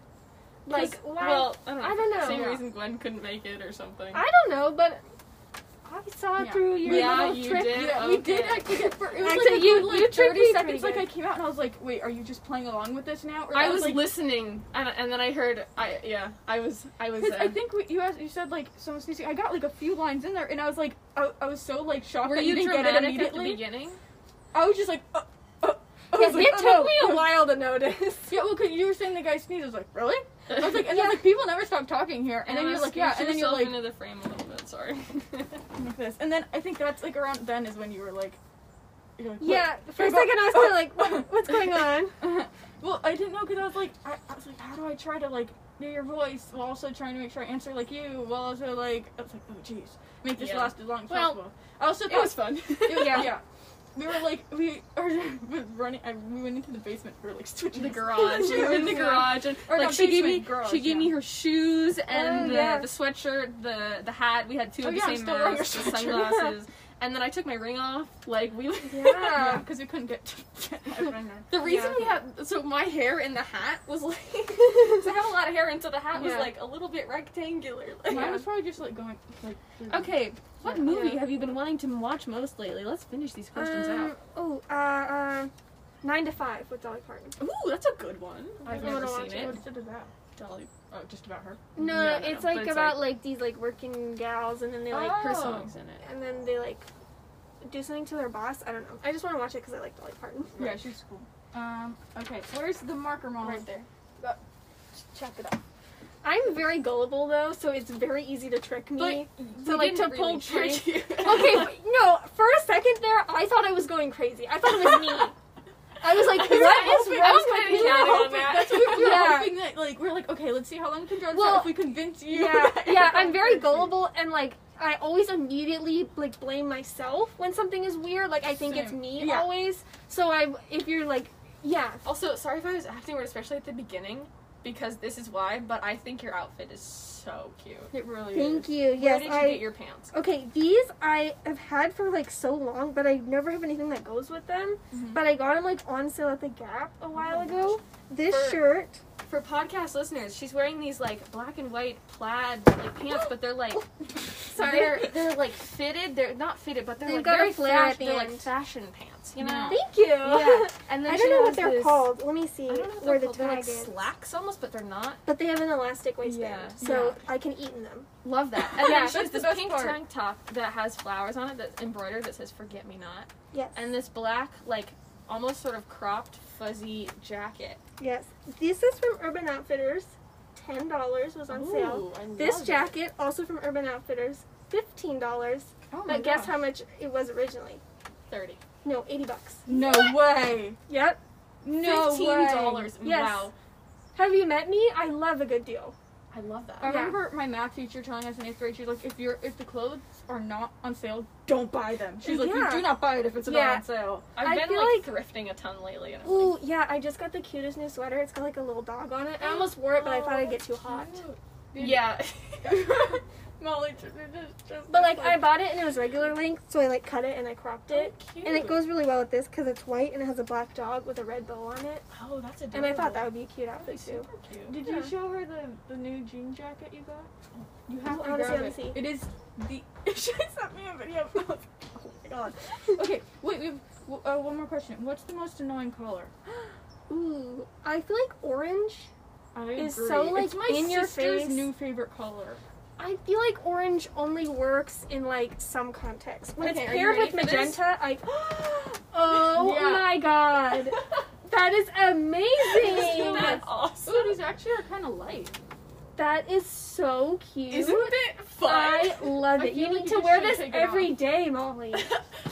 S2: Like, why?
S4: well, I don't know.
S2: I don't know.
S4: Same
S2: Yeah.
S4: reason Gwen couldn't make it or something.
S2: I don't know, but I saw
S1: Yeah.
S2: through your
S4: Yeah,
S2: little
S4: you
S2: trick.
S4: did.
S1: Yeah, we did
S4: Okay.
S1: actually get for it was
S2: Actually,
S1: like, a
S2: you-
S1: good, like
S2: you tricked
S1: 30
S2: me pretty
S1: seconds. Like
S2: good.
S1: I came out and I was like, wait, are you just playing along with this now? Or
S4: I was
S1: like,
S4: listening, and, and then I heard. I yeah, I was. I was.
S1: Because
S4: uh,
S1: I think we, you asked, you said like someone speaking. I got like a few lines in there, and I was like, I, I was so like shocked
S4: were
S1: that
S4: you
S1: you didn't get it
S4: dramatic at the
S1: immediately.
S4: beginning?
S1: I was just like, uh, uh, I
S2: Yeah,
S1: was like,
S2: it
S1: oh,
S2: took
S1: no.
S2: me a while to notice.
S1: Yeah, well, because you were saying the guy sneezed. I was like, really? I was like, and then like people never stop talking here, and, then you're like, yeah, and then you're like,
S4: into the frame a little bit. Sorry.
S1: like this, and then I think that's like around then is when you were like, you're like, what?
S2: Yeah, for a
S1: What
S2: oh.
S1: about-
S2: second I was kind of like, what, what's going on?
S1: well, I didn't know because I was like, I, I was like, how do I try to like do your voice while also trying to make sure I answer like you, while also like I was like, oh jeez, make this
S4: Yeah.
S1: last as long as
S4: Well,
S1: possible. I also
S4: it was fun.
S1: it was- yeah. We were like we are running. I, we went into the basement for like switching
S4: The garage.
S1: She
S4: We were in the
S1: was-
S4: garage, and
S1: Or
S4: like
S1: no,
S4: she gave me,
S1: basement, garage,
S4: she gave
S1: yeah.
S4: me her shoes and
S2: Oh,
S4: the,
S2: yeah.
S4: the sweatshirt, the the hat. We had two
S1: Oh,
S4: of the
S1: yeah, I'm
S4: same
S1: still wearing
S4: masks,
S1: your
S4: the
S1: sweatshirt.
S4: sunglasses, and then I took my ring off. Like we,
S1: Yeah,
S2: Yeah.
S1: because we couldn't get to my friend.
S4: the reason we had so my hair in the hat was like 'cause I have a lot of hair, and so the hat was
S1: Yeah.
S4: like a little bit rectangular.
S1: Mine
S4: Like,
S1: was probably just like going like. through the-
S4: Okay, what
S1: Yeah.
S4: movie
S2: Yeah.
S4: have you been wanting to watch most lately? Let's finish these questions
S2: Um,
S4: out.
S2: oh, uh, uh, Nine to Five with Dolly Parton.
S4: Ooh, that's a good one. I've
S2: I wanna
S4: never seen
S2: watch it.
S4: it.
S1: What's it about?
S4: Dolly. Oh, just about her.
S2: No,
S4: No, no,
S2: it's
S4: no, but
S2: like Uh.
S4: it's
S2: about like, these like working gals, and then they like,
S1: Oh.
S4: Her song's in it.
S2: and then they like do something to their boss. I don't know. I just want to watch it because I like Dolly Parton.
S1: Yeah, she's cool. Um. Okay, where's the marker mom?
S4: Right there.
S1: Check it out.
S2: I'm very gullible though, so it's very easy to trick me.
S4: So like to pull
S2: trick-
S4: trick.
S2: okay, but, no, for a second there, I thought I was going crazy. I thought it was me. I was like, what is
S4: hoping-
S2: wrong
S4: I was
S2: with
S4: kinda
S2: me?
S4: counting on that.
S1: That's what we were
S2: Yeah.
S1: hoping that like we're like okay, let's see how long you can draw this
S2: Well,
S1: out if we convince you.
S2: Yeah, yeah, I'm very gullible and like I always immediately like blame myself when something is weird. Like I think it's
S1: Same.
S2: me
S1: Yeah.
S2: always. So I, if you're like, yeah,
S4: Also, sorry if I was acting weird, especially at the beginning, because this is why. But I think your outfit is so cute.
S1: It really
S2: thank
S1: is.
S2: you.
S4: Where
S2: Yes,
S4: did you
S2: I.
S4: get your pants?
S2: Okay, these I have had for like so long, but I never have anything that goes with them.
S1: Mhm.
S2: But I got them like on sale at the Gap a while
S4: my
S2: ago. This
S4: For-
S2: shirt,
S4: For podcast listeners, she's wearing these like black and white plaid like pants, but they're like
S2: Sorry.
S4: they're they're like fitted. They're not fitted, but they're
S2: They've
S4: like
S2: got a
S4: very
S2: flare at
S4: flash.
S2: the
S4: They're like
S2: end.
S4: fashion pants, you know.
S1: Yeah.
S2: thank you.
S4: Yeah. And then
S2: I
S4: she
S2: don't know what
S4: has
S2: they're
S4: this-
S2: called. Let me see
S4: I don't know what
S2: where
S4: they're
S2: the
S4: called. They're
S2: tag
S4: like
S2: is.
S4: slacks almost, but they're not.
S2: But they have an elastic waistband,
S4: Yeah.
S2: so I can eat in them.
S4: Love that. And
S1: Yeah,
S4: then she
S1: that's
S4: has
S1: the
S4: this
S1: best
S4: pink
S1: part.
S4: tank top that has flowers on it that's embroidered that says "Forget Me Not,"
S2: Yes.
S4: and this black like almost sort of cropped fuzzy jacket.
S2: Yes. This is from Urban Outfitters. Ten dollars was on sale.
S4: Ooh, I love
S2: This
S4: it.
S2: jacket, also from Urban Outfitters, fifteen dollars.
S1: Oh my
S2: but guess
S1: gosh.
S2: how much it was originally?
S4: thirty.
S2: No, eighty bucks.
S1: No way.
S2: Yep.
S1: No
S4: Fifteen dollars.
S2: Yes.
S4: Wow.
S2: Have you met me? I love a good deal.
S4: I love that.
S1: I
S2: Yeah.
S1: remember my math teacher telling us in eighth grade, she's like, if you're if the clothes are not on sale, don't buy them. She's like,
S2: Yeah.
S1: you do not buy it if it's
S2: Yeah.
S1: not on sale.
S4: I've
S2: I
S4: been
S2: feel
S4: like, thrifting a ton lately, and I'm like,
S2: Ooh, yeah, I just got the cutest new sweater. It's got like a little dog on it. I almost wore it, but I thought I'd get too hot.
S4: yeah.
S1: Molly just, just, just
S2: But like Oh, I bought it and it was regular length, so I like cut it and I cropped it. And it goes really well with this because it's white and it has a black dog with a red bow on it.
S4: Oh, that's a.
S2: And I thought that would be a cute outfit too.
S4: super cute.
S1: Did
S2: Yeah.
S1: you show her the the new jean jacket you got? You
S2: Ooh,
S1: have
S2: I
S1: to
S2: wanna see, I
S1: grab
S2: wanna
S1: it.
S2: see.
S1: It is the. she sent me a video. Of, oh my god. Okay, wait. We have w- uh, one more question. What's the most annoying color?
S2: Ooh, I feel like orange.
S1: I
S2: It's so, like,
S1: it's my
S2: in your
S1: sister's
S2: face.
S1: new favorite color.
S2: I feel like orange only works in like some context. When
S4: Okay,
S2: it's
S4: are you
S2: paired with
S4: ready for this?
S2: magenta, I. oh
S1: Yeah.
S2: my god, that is
S4: Isn't that
S2: amazing.
S4: awesome?
S1: Ooh, these actually are kind of light.
S2: that is so cute.
S4: Isn't it fun?
S2: I love
S1: I
S2: it. You
S1: feel
S2: need
S1: like
S2: to
S1: you
S2: wear
S1: should
S2: this
S1: take it
S2: every
S1: off.
S2: day, Molly.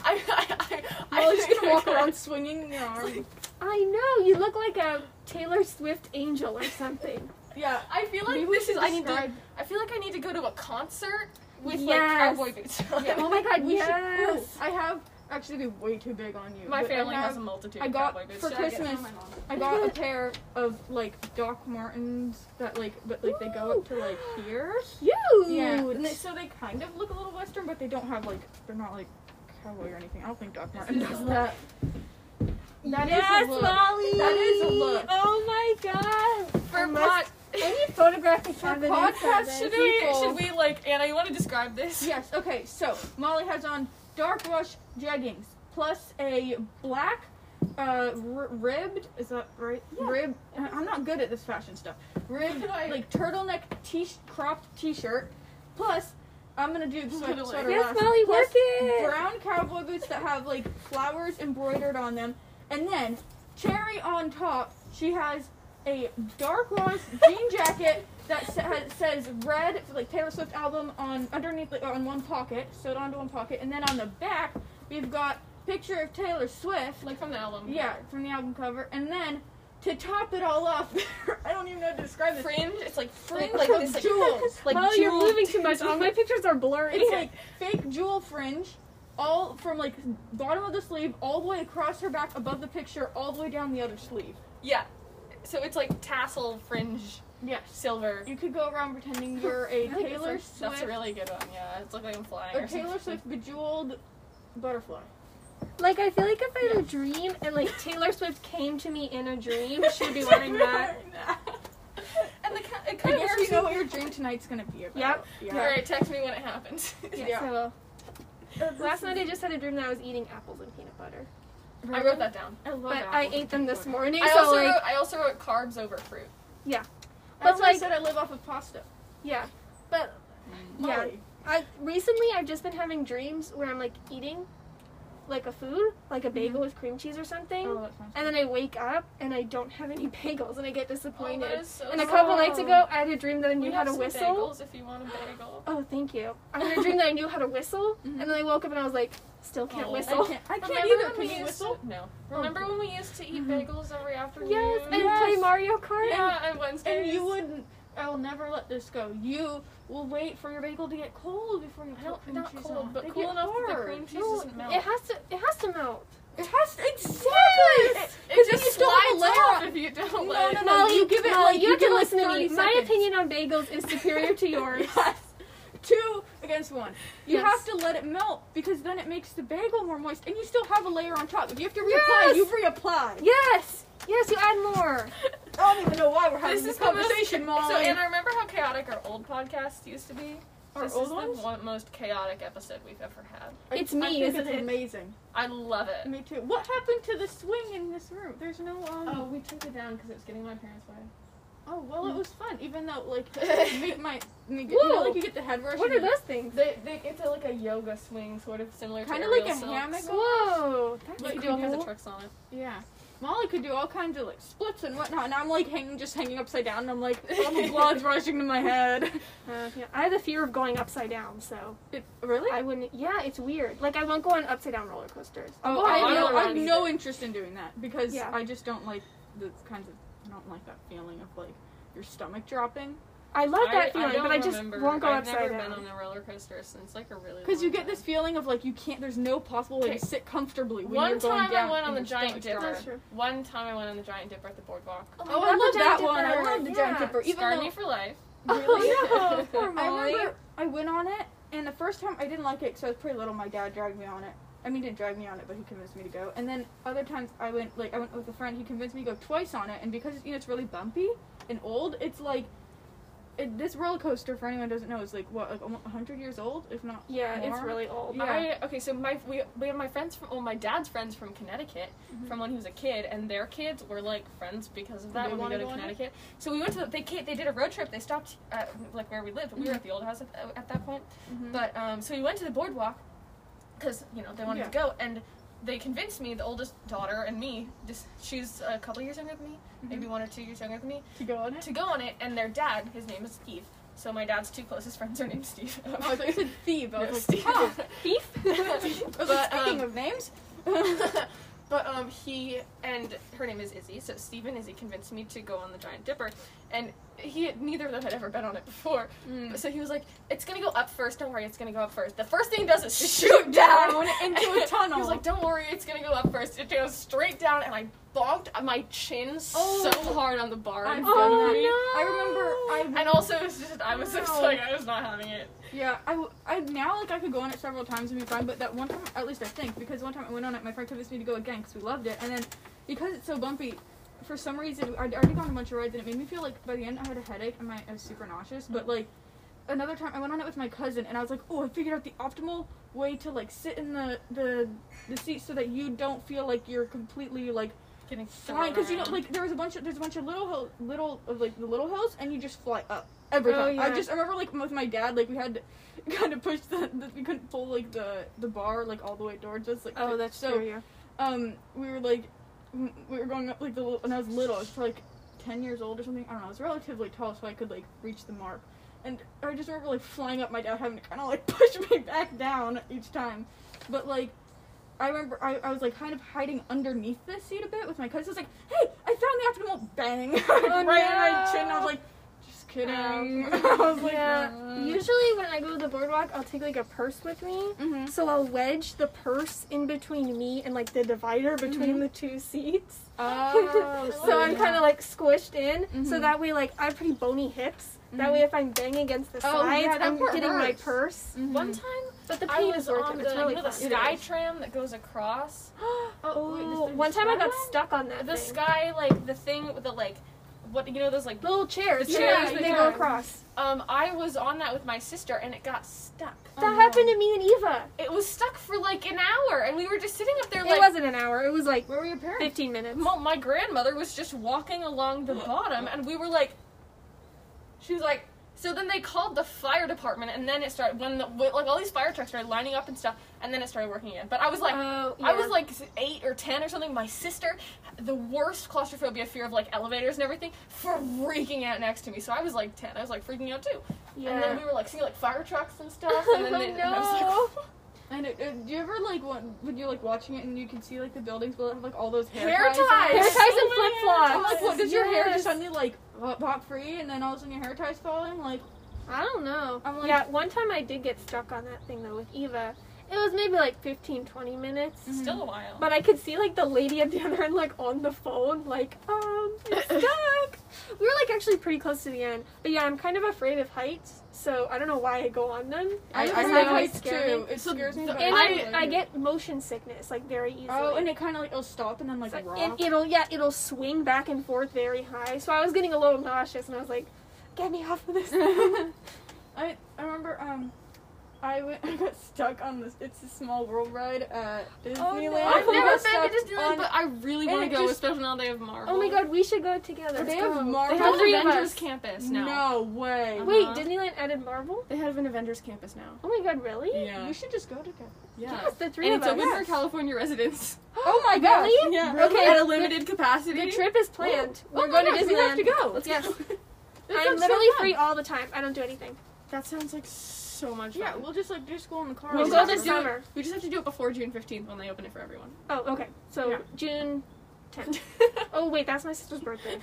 S4: I, I, I,
S1: Molly's
S4: think
S1: gonna walk
S4: I-
S1: around swinging your arm.
S2: I know you look like a Taylor Swift angel or something.
S1: yeah.
S4: I feel like
S1: Maybe we
S4: this is.
S1: should
S4: I need to.
S1: describe-
S4: I feel like I need to go to a concert with
S2: Yes.
S4: like cowboy boots.
S1: Yeah.
S2: Oh my god,
S1: We should-
S2: yes.
S1: ooh, I have actually be way too big on you.
S4: My
S1: but I
S4: family
S1: have-
S4: has a multitude.
S1: I
S4: of
S1: got
S4: cowboy boots.
S1: for
S4: Should I get
S1: Christmas.
S4: some?
S1: I got a pair of like Doc Martens that like, but like they go up to like here.
S2: Cute.
S1: Yeah, and they, so they kind of look a little Western, but they don't have like they're not like cowboy or anything. I don't think Doc Martens does that. That is
S2: yes,
S1: a look.
S2: Molly.
S1: That is a look.
S2: Oh my god. I
S4: For
S2: must-
S4: pot.
S2: Any photographic evidence of
S1: podcast
S2: this?
S4: Should
S1: should
S4: we?
S1: people-
S4: Should we like? Anna, you want to describe this?
S1: Yes. Okay. So Molly has on dark wash jeggings plus a black uh r- ribbed is that right rib I- i'm not good at this fashion stuff ribbed
S4: Right.
S1: like turtleneck t cropped t-shirt plus i'm gonna do the sweater,
S4: Totally.
S1: sweater
S2: Yes,
S1: last.
S2: Molly,
S1: Plus
S2: work it.
S1: brown cowboy boots that have like flowers embroidered on them and then cherry on top she has a dark wash jean jacket that sa- has, says red like Taylor Swift album on underneath like, on one pocket sewed onto one pocket and then on the back we've got picture of Taylor Swift
S4: Like from the album.
S1: yeah from the album cover and then to top it all off I don't even know how to describe this
S4: Fringe. It's like fringe.
S1: Like,
S4: Like this. Like
S1: jewels.
S4: Like
S2: Molly, you're
S4: jeweled-
S2: moving too much. All my pictures are blurry.
S1: it's like fake jewel fringe all from like bottom of the sleeve all the way across her back above the picture all the way down the other sleeve
S4: Yeah. So it's like tassel fringe
S1: yes
S4: silver.
S1: you could go around pretending you're a
S4: I think
S1: Taylor
S4: that's a-
S1: Swift
S4: That's a really good one. Yeah, it's like I'm flying.
S1: a
S4: or something.
S1: Taylor Swift bejeweled Butterfly.
S2: Like I feel like if I had a dream and like Taylor Swift came to me in a dream, she'd be wearing that.
S4: And the, ki- it
S1: I
S4: kind of
S1: guess
S4: works.
S1: we know what your dream tonight's gonna be about.
S2: Yep.
S4: All right, text me when it happens.
S2: Yes,
S1: Yeah.
S2: I will. Last night I just had a dream that I was eating apples and peanut butter,
S4: I wrote that down.
S1: I love
S2: but
S1: apples
S2: I
S1: and
S2: ate them
S1: peanut
S2: this
S1: butter.
S2: morning.
S4: I
S2: so
S4: also,
S2: like,
S4: wrote, I also wrote carbs over fruit.
S2: but
S1: That's why I
S2: like,
S1: said I live off of pasta.
S2: yeah, but yeah.
S1: Molly.
S2: I recently I've just been having dreams where I'm like eating like a food, like a bagel with cream cheese or something.
S1: Oh, that sounds
S2: And then I wake up and I don't have any bagels and I get disappointed.
S4: Oh, that is so
S2: and a couple
S4: sad.
S2: nights ago I had a dream that I
S4: We
S2: knew how
S4: have
S2: to
S4: some
S2: whistle.
S4: Bagels if you want a bagel.
S2: Oh, thank you. I had a dream that I knew how to whistle and then I woke up and I was like, still can't
S4: Oh, I
S2: whistle.
S1: can't, I can't
S4: Remember
S1: either.
S4: when
S1: Can
S4: we
S1: you
S4: used
S1: whistle?
S4: To, no. Mm-hmm. Remember when we used to eat bagels every afternoon?
S2: Yes, and play Mario Kart.
S4: yeah, on Wednesdays.
S1: And you wouldn't. I'll never let this go. You will wait for your bagel to get cold before you
S4: I
S1: put
S4: don't,
S1: cream
S4: not
S1: cheese
S4: cold,
S1: on.
S4: but
S1: They
S4: cool
S1: get
S4: enough that the
S1: hard.
S4: cream cheese
S2: No,
S4: doesn't melt.
S2: It has to it has to melt.
S1: It has to, exactly.
S4: Yes!
S1: It-
S4: It,
S1: Because
S4: just
S1: you still have a
S4: slides
S1: layer.
S4: off if you don't let
S1: no,
S4: it.
S1: no. you give it, like-
S2: you,
S1: you
S2: have
S1: give
S2: to
S1: it,
S2: listen to me.
S1: 30
S2: My
S1: seconds.
S2: opinion on bagels is superior to yours.
S1: Yes. Two against one. You
S2: Yes.
S1: have to let it melt because then it makes the bagel more moist, and you still have a layer on top. If you have to reapply,
S2: Yes.
S1: you reapply.
S2: Yes! Yes, you add more.
S1: I don't even know why we're having
S4: This
S1: this,
S4: is the most-
S1: conversation, Molly.
S4: So, and I remember how chaotic our old podcast used to be.
S1: Our
S4: this
S1: old
S4: is
S1: ones?
S4: the one, most chaotic episode we've ever had.
S2: It's
S1: I
S2: me,
S1: think
S2: isn't
S1: it's
S2: it?
S1: Amazing.
S4: I love it.
S1: Me too. What happened to the swing in this room? There's no um.
S4: Oh, we took it down because it was getting my parents' way.
S1: Oh well, it was fun, even though like make my make, you know,
S2: Whoa.
S1: like you get the head rush.
S2: What are those things?
S4: They, they, it's a, like a yoga swing, sort of similar
S1: Kind
S4: to
S1: of like
S4: aerial
S1: a
S4: silks.
S1: hammock.
S2: Whoa, that's
S4: But you
S2: cool.
S4: do all kinds of tricks on it.
S1: Yeah, Molly could do all kinds of like splits and whatnot, and I'm like hanging, just hanging upside down, and I'm like all the blood's rushing to my head.
S2: Uh, yeah, I have a fear of going upside down, so
S1: It, really?
S2: I wouldn't. Yeah, it's weird. Like I won't go on upside down roller coasters.
S1: oh,
S4: Oh,
S1: I
S4: I
S1: have
S4: don't
S1: no, I have
S4: either.
S1: no interest in doing that because
S2: Yeah.
S1: I just don't like the kinds of I don't like that feeling of like your stomach dropping
S2: I love
S4: I-
S2: that feeling,
S4: I don't
S2: but I just
S4: remember.
S2: won't go
S4: I've
S2: upside
S4: never
S2: down.
S4: been on a roller coaster since like a really.
S1: because you
S4: long
S1: get this feeling of like you can't. There's no possible way
S4: Okay.
S1: to sit comfortably. When
S4: One
S1: you're going
S4: time I
S1: down
S4: went
S1: and
S4: on the
S1: your
S4: giant
S1: stomach's
S4: dipper.
S2: That's true.
S4: One time I went on the giant dipper at the boardwalk.
S1: Oh, I love
S2: the
S1: that
S2: giant
S1: one. I
S2: dipper.
S1: love the giant
S2: Yeah.
S1: dipper. Even
S4: Scarred
S1: though
S4: me for life.
S2: Oh, yeah, poor
S1: I
S2: Molly.
S1: remember I went on it, and the first time I didn't like it because I was pretty little. My dad dragged me on it. I mean, he didn't drag me on it, but he convinced me to go. And then other times I went, like I went with a friend. He convinced me to go twice on it, and because you know it's really bumpy and old, it's like it, this roller coaster. For anyone who doesn't know, is like what like almost 100 years old, if not.
S2: yeah, it's
S1: more.
S2: really old.
S1: Yeah.
S4: I, okay, so my we, we have my friends from well my dad's friends from Connecticut
S2: Mm-hmm.
S4: from when he was a kid, and their kids were like friends because of that
S1: They
S4: when
S1: wanna
S4: we go
S1: go
S4: to
S1: on it?
S4: Connecticut. So we went to the, they ca- they did a road trip. They stopped at, like where we lived.
S2: Mm-hmm.
S4: but We were at the old house at, at that point.
S1: Mhm.
S4: But um, so we went to the boardwalk because you know they wanted to go, and they convinced me the oldest daughter and me. This, she's a couple years younger than me, maybe one or two years younger than me
S1: to go on it.
S4: to go on it, and their dad, his name is Steve. So my dad's two closest friends are named Steve.
S1: Oh, I thought you said Thebe. I
S4: No,
S1: was like,
S4: Steve.
S1: huh.
S2: Thief?
S1: I was like,
S4: But,
S1: speaking
S4: um, Mm,
S1: of names,
S4: but um, he and her name is Izzy. So Steve and Izzy convinced me to go on the Giant Dipper, and he neither of them had ever been on it before.
S1: Mm.
S4: So he was like, "It's gonna go up first. Don't worry, it's gonna go up first. The first thing it does is shoot down
S1: into a tunnel.
S4: he was like, "Don't worry, it's gonna go up first. It goes straight down." And I bonked my chin so
S1: Oh.
S4: hard on the bar.
S1: I'm
S4: in
S1: so
S4: front of
S1: happy.
S4: me.
S1: I remember I
S4: And also, it was just I was just
S1: Wow.
S4: like I was not having it.
S1: Yeah, I, w- I now like I could go on it several times and be fine, but that one time, at least I think, because one time I went on it, my friend convinced me to go again because we loved it, and then because it's so bumpy, for some reason I'd already gone on a bunch of rides and it made me feel like by the end I had a headache and my I was super nauseous, but like another time I went on it with my cousin and I was like, oh, I figured out the optimal way to like sit in the the the seat so that you don't feel like you're completely like
S4: Getting
S1: flying because you know
S4: thrown
S1: like there was a bunch of there's a bunch of little hill, little of like the little hills and you just fly up every
S2: Oh,
S1: time. I
S2: yeah.
S1: just I remember like with my dad like we had to kind of push the, the we couldn't pull like the the bar like all the way towards us like
S2: oh,
S1: to-
S2: that's
S1: so
S2: true. Yeah.
S1: um we were like m- we were going up like the little and I was little I was probably like ten years old or something I don't know I was relatively tall so I could like reach the mark and I just remember like flying up my dad having to kind of like push me back down each time but like I remember I, I was like kind of hiding underneath the seat a bit with my cousin. I was like, hey, I found the optimal bang like, right in my chin. I was like, just kidding. I was like,
S2: yeah.
S1: "Mm."
S2: Usually when I go to the boardwalk, I'll take like a purse with me.
S1: Mhm.
S2: So I'll wedge the purse in between me and like the divider between the two seats.
S1: Oh,
S2: so I'm kind of like squished in. So
S4: Mm-hmm.
S1: Mhm.
S2: that way, like I have pretty bony hips. That way, if I'm banging against the sides,
S4: Oh, yeah, that
S2: I'm
S4: part
S2: hitting my
S4: hurts.
S1: Mm-hmm. mm.
S2: purse.
S4: One time,
S2: But the
S4: I
S2: pain
S4: was
S2: is worth
S4: on
S2: it.
S4: the,
S2: It's really
S4: you know, the
S2: fun.
S4: sky tram that goes across.
S2: oh,
S1: wait,
S2: wait,
S1: there's-
S2: one time I got
S1: there's-
S2: stuck on that.
S4: The
S2: thing.
S4: sky, like the thing with the like, what you know, those like.
S2: The little chairs.
S4: The
S2: yeah,
S4: chairs,
S2: and
S4: the
S2: they go
S4: chairs.
S2: across.
S4: Um, I was on that with my sister and it got stuck.
S2: that happened to me and Eva.
S4: It was stuck for like an hour and we were just sitting up there
S2: it
S4: like.
S2: wasn't an hour. It was like
S1: Where were your parents?
S2: 15 minutes.
S4: Well, my grandmother was just walking along the bottom, and we were like, she was like, so then they called the fire department, and then it started when the, like all these fire trucks started lining up and stuff, and then it started working again. But I was like,
S2: Oh,
S4: I
S2: yeah.
S4: was like eight or ten or something. My sister, the worst claustrophobia fear of like elevators and everything, freaking out next to me. So I was like ten. I was like freaking out too.
S2: yeah.
S4: And then we were like seeing like fire trucks and stuff, and then
S2: Oh,
S4: they, and I was like,
S1: And it, it, do you ever like want, when you're like watching it and you can see like the buildings will have like all those hair,
S4: hair
S1: ties? on
S4: ties,
S1: it?
S2: Hair ties
S4: So
S2: and
S4: many
S2: flip
S4: hair
S2: flops.
S1: I'm like, what does your hair
S2: Yes.
S1: just suddenly like pop pop free and then all of a sudden your hair ties falling? Like
S2: I don't know.
S1: I'm like-
S2: yeah, one time I did get stuck on that thing though with Eva. It was maybe like 15, 20 minutes.
S4: ties. Still a while.
S2: But I could see like the lady at the other end, like on the phone, like, um, it's stuck. we were like actually pretty close to the end. But yeah, I'm kind of afraid of heights, so I don't know why I go on them.
S1: I,
S2: just
S1: I
S2: know
S1: have
S2: it
S1: heights
S2: scared
S1: too.
S2: me.
S1: It scares me.
S4: the-
S1: but
S2: And
S1: I,
S2: I, I get motion sickness like very easily.
S1: oh, and it kind of like it'll stop and then like
S2: It's like,
S1: rock.
S2: it, it'll yeah, it'll swing back and forth very high. So I was getting a little nauseous, and I was like, "Get me off of this!"
S1: I I remember um. I went. I got stuck on this. It's a small world ride at Disneyland.
S4: I've
S1: We got
S4: never been to
S1: stuck
S4: Disneyland,
S1: on-
S4: but I really
S1: and
S4: want to
S1: it
S4: go,
S1: just-
S4: especially now they have Marvel.
S2: oh my god, we should go together.
S1: They
S2: Let's
S1: have
S2: go.
S1: Marvel.
S4: They
S1: All
S4: have an
S2: three of
S4: Avengers
S2: us.
S4: campus now.
S1: No way.
S4: Uh-huh.
S2: Wait, Disneyland added Marvel?
S4: They have an Avengers campus now.
S2: Oh my god, really?
S4: Yeah.
S1: We should just go together.
S2: Yes, the three
S4: And
S2: of
S4: it's
S2: us.
S4: open for California residents.
S1: Oh my gosh.
S2: Really?
S1: Yeah.
S2: Okay.
S4: At a limited capacity.
S2: The trip is planned.
S4: Oh
S2: We're
S4: my
S2: going
S4: gosh,
S2: to
S4: we
S2: Disneyland.
S4: have to go. Let's
S2: yes. I'm
S4: sounds so
S2: literally
S4: fun.
S2: free all the time. I don't do anything.
S4: That sounds like so much fun.
S1: Yeah, we'll just like do school in the car.
S4: We'll
S1: or
S4: go
S1: whatever.
S4: this
S2: do summer.
S4: we just have to do it before June 15th when they open it for everyone.
S2: Oh, okay. So
S4: Yeah.
S2: June 10th. Oh wait, that's my sister's birthday.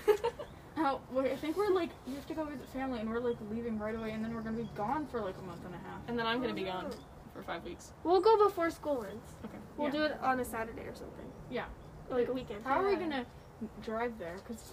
S1: How, wait, I think we're like we have to go visit family and we're like leaving right away and then we're gonna be gone for like a month and a half.
S4: and then I'm gonna be gone for five weeks.
S2: We'll go before school ends.
S4: Okay.
S2: We'll
S1: Yeah.
S2: do it on a Saturday or something.
S1: Yeah.
S2: Or like a weekend.
S1: How are we gonna drive there? Cause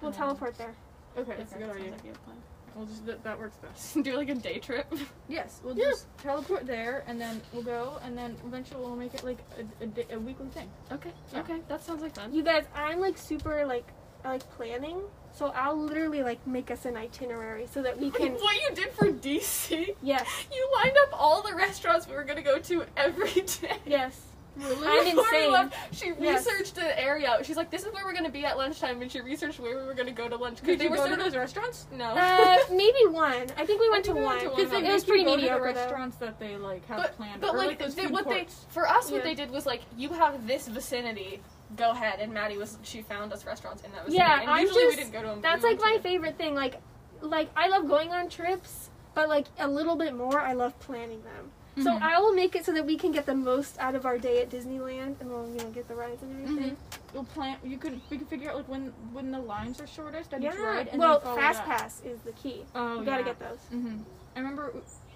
S2: We'll teleport there.
S1: okay, that's
S4: Okay,
S1: a good
S4: sounds
S1: idea.
S4: like a good plan.
S1: We'll just that, that works best.
S4: do like a day trip.
S1: Yes, we'll
S2: Yeah.
S1: just teleport there and then we'll go and then eventually we'll make it like a, a, di- a weekly thing.
S4: Okay.
S1: Yeah.
S4: Okay. That sounds like fun.
S2: You guys, I'm like super like I like planning. So I'll literally like make us an itinerary so that we can
S4: What you did for DC?
S2: Yes.
S4: You lined up all the restaurants we were gonna go to every day.
S2: Yes.
S1: Really?
S2: I'm
S4: Before we
S2: insane.
S4: left, she
S2: Yes.
S4: researched the area. She's like, "This is where we're gonna be at lunchtime," and she researched where we were gonna go to lunch because
S1: Did
S4: they
S1: you
S4: were
S1: go to
S4: sort of
S1: those restaurants?
S4: no.
S2: Uh, maybe one. I think we went to
S4: think we
S2: one.
S4: went to one
S2: Because
S4: of
S2: it
S4: them.
S2: was pretty
S1: go to the
S2: mediocre though.
S1: restaurants that they like have
S4: but
S1: planned,
S4: but
S1: or,
S4: like,
S1: like those
S4: they,
S1: food
S4: what they
S1: courts.
S4: for us what
S2: Yeah.
S4: they did was like, you have this vicinity. Go ahead, and Maddie was she found us restaurants in that vicinity.
S2: Yeah,
S4: and
S2: I'm
S4: usually we
S2: just-
S4: didn't go to them. but
S2: That's
S4: we
S2: like
S4: went
S2: my
S4: to them.
S2: favorite thing. Like like I love going on trips, but like a little bit more I love planning them. So
S1: Mhm.
S2: I will make it so that we can get the most out of our day at Disneyland and we'll you know get the rides and
S1: Mm-hmm.
S2: everything.
S1: We'll plan. You could we could figure out like when when the lines are shortest at each
S2: Yeah.
S1: ride. And
S2: well,
S1: then follow
S2: fast
S1: that.
S2: pass is the key.
S1: Oh,
S2: you gotta
S1: yeah.
S2: get those.
S1: hmm I remember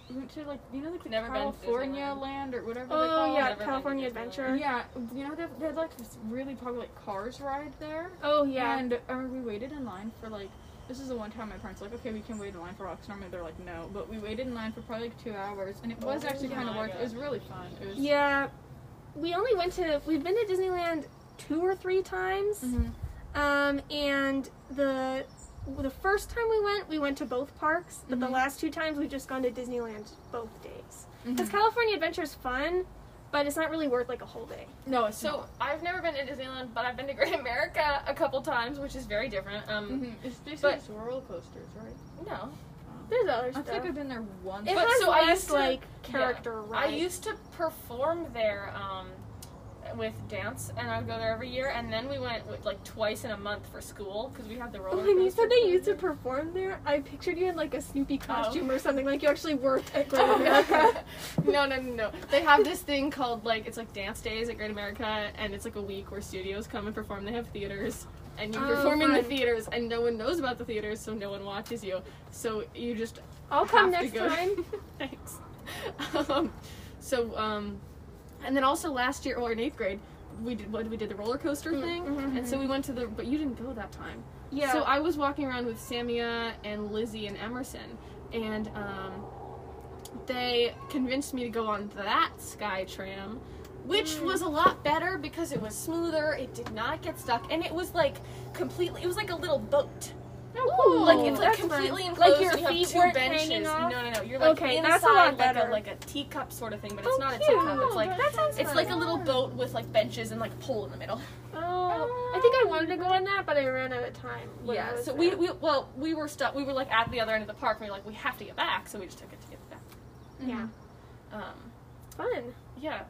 S1: we went to like you know like the
S4: Never been to
S1: California
S4: Disneyland.
S1: land or whatever. they
S2: Oh
S1: call
S2: yeah,
S4: never been to
S2: California
S4: Disneyland.
S2: Adventure.
S1: It. Yeah, you know they have, they had like this really popular like, Cars ride there.
S2: Oh yeah.
S1: And I remember we waited in line for like this is the one time my parents were like okay we can wait in line for rocks normally they're like no but we waited in line for probably like two hours and it was
S4: Oh
S1: actually kind of
S4: my
S1: worth it.
S4: God.
S1: It was really fun. It was
S2: Yeah. We only went to we've been to Disneyland two or three times.
S1: Mhm.
S2: Um, and the the first time we went, we went to both parks, but the
S4: Mm-hmm.
S1: Mhm.
S2: last two times we've just gone to Disneyland both days. Because
S1: Mhm.
S2: California Adventure is fun, but it's not really worth like a whole day.
S1: no it's
S4: So I've never been to Disneyland, but I've been to Great America a couple times, which is very different. Um,
S1: hmm it's basically
S4: But-
S1: just roller coasters right.
S4: no.
S2: There's other
S1: I
S2: stuff.
S1: think I've been there once.
S2: it
S4: But
S2: has
S4: so I used
S2: less
S4: to-
S2: like
S4: yeah.
S2: character rides.
S4: I used to perform there um, with dance, and I would go there every year. And then we went with, like twice in a month for school because we had the roller.
S2: when you said
S4: coaster
S2: they used to
S4: program.
S2: perform there, I pictured you in like a Snoopy costume or something, like you actually worked at Great
S4: Oh,
S2: America.
S4: no, no, no, no. They have this thing called like it's like dance days at Great America, and it's like a week where studios come and perform. They have theaters, and you
S2: Oh,
S4: perform in the
S2: fun.
S4: theaters, and no one knows about the theaters, so no one watches you. So you just
S2: I'll come
S4: have
S2: next
S4: to go.
S2: time.
S4: Thanks. Um, so, um, and then also last year, or in eighth grade, we did what we did the roller coaster
S2: Mm,
S4: thing,
S2: mhm,
S4: and so we went to the. But you didn't go that time.
S2: Yeah.
S4: So I was walking around with Samia and Lizzie and Emerson, and um, they convinced me to go on that sky tram, which
S2: Mm.
S4: was a lot better because it was smoother. It did not get stuck, and it was like completely. It was like a little boat.
S2: Ooh,
S4: Like it's like
S2: that's fun.
S4: completely enclosed.
S2: your
S4: and you
S2: feet
S4: have two
S2: weren't
S4: benches.
S2: hanging
S4: No,
S2: off?
S4: no, no. You're like
S2: Okay,
S4: inside
S2: that's a lot
S4: like
S2: better.
S4: a like a teacup sort of thing, but
S2: Oh,
S4: it's not a
S2: cute.
S4: teacup. It's like
S2: that sounds
S4: it's
S2: fun.
S4: like a little boat with like benches and like a pole in the middle.
S2: Oh, I think I wanted to go on that, but I ran out of time. when I
S4: yeah.
S2: was
S4: So we,
S2: there.
S4: we well we were stuck. We were like at the other end of the park. and We were like we have to get back. So we just took it to get back.
S1: Mm-hmm.
S2: yeah,
S4: Um,
S2: fun.
S4: yeah.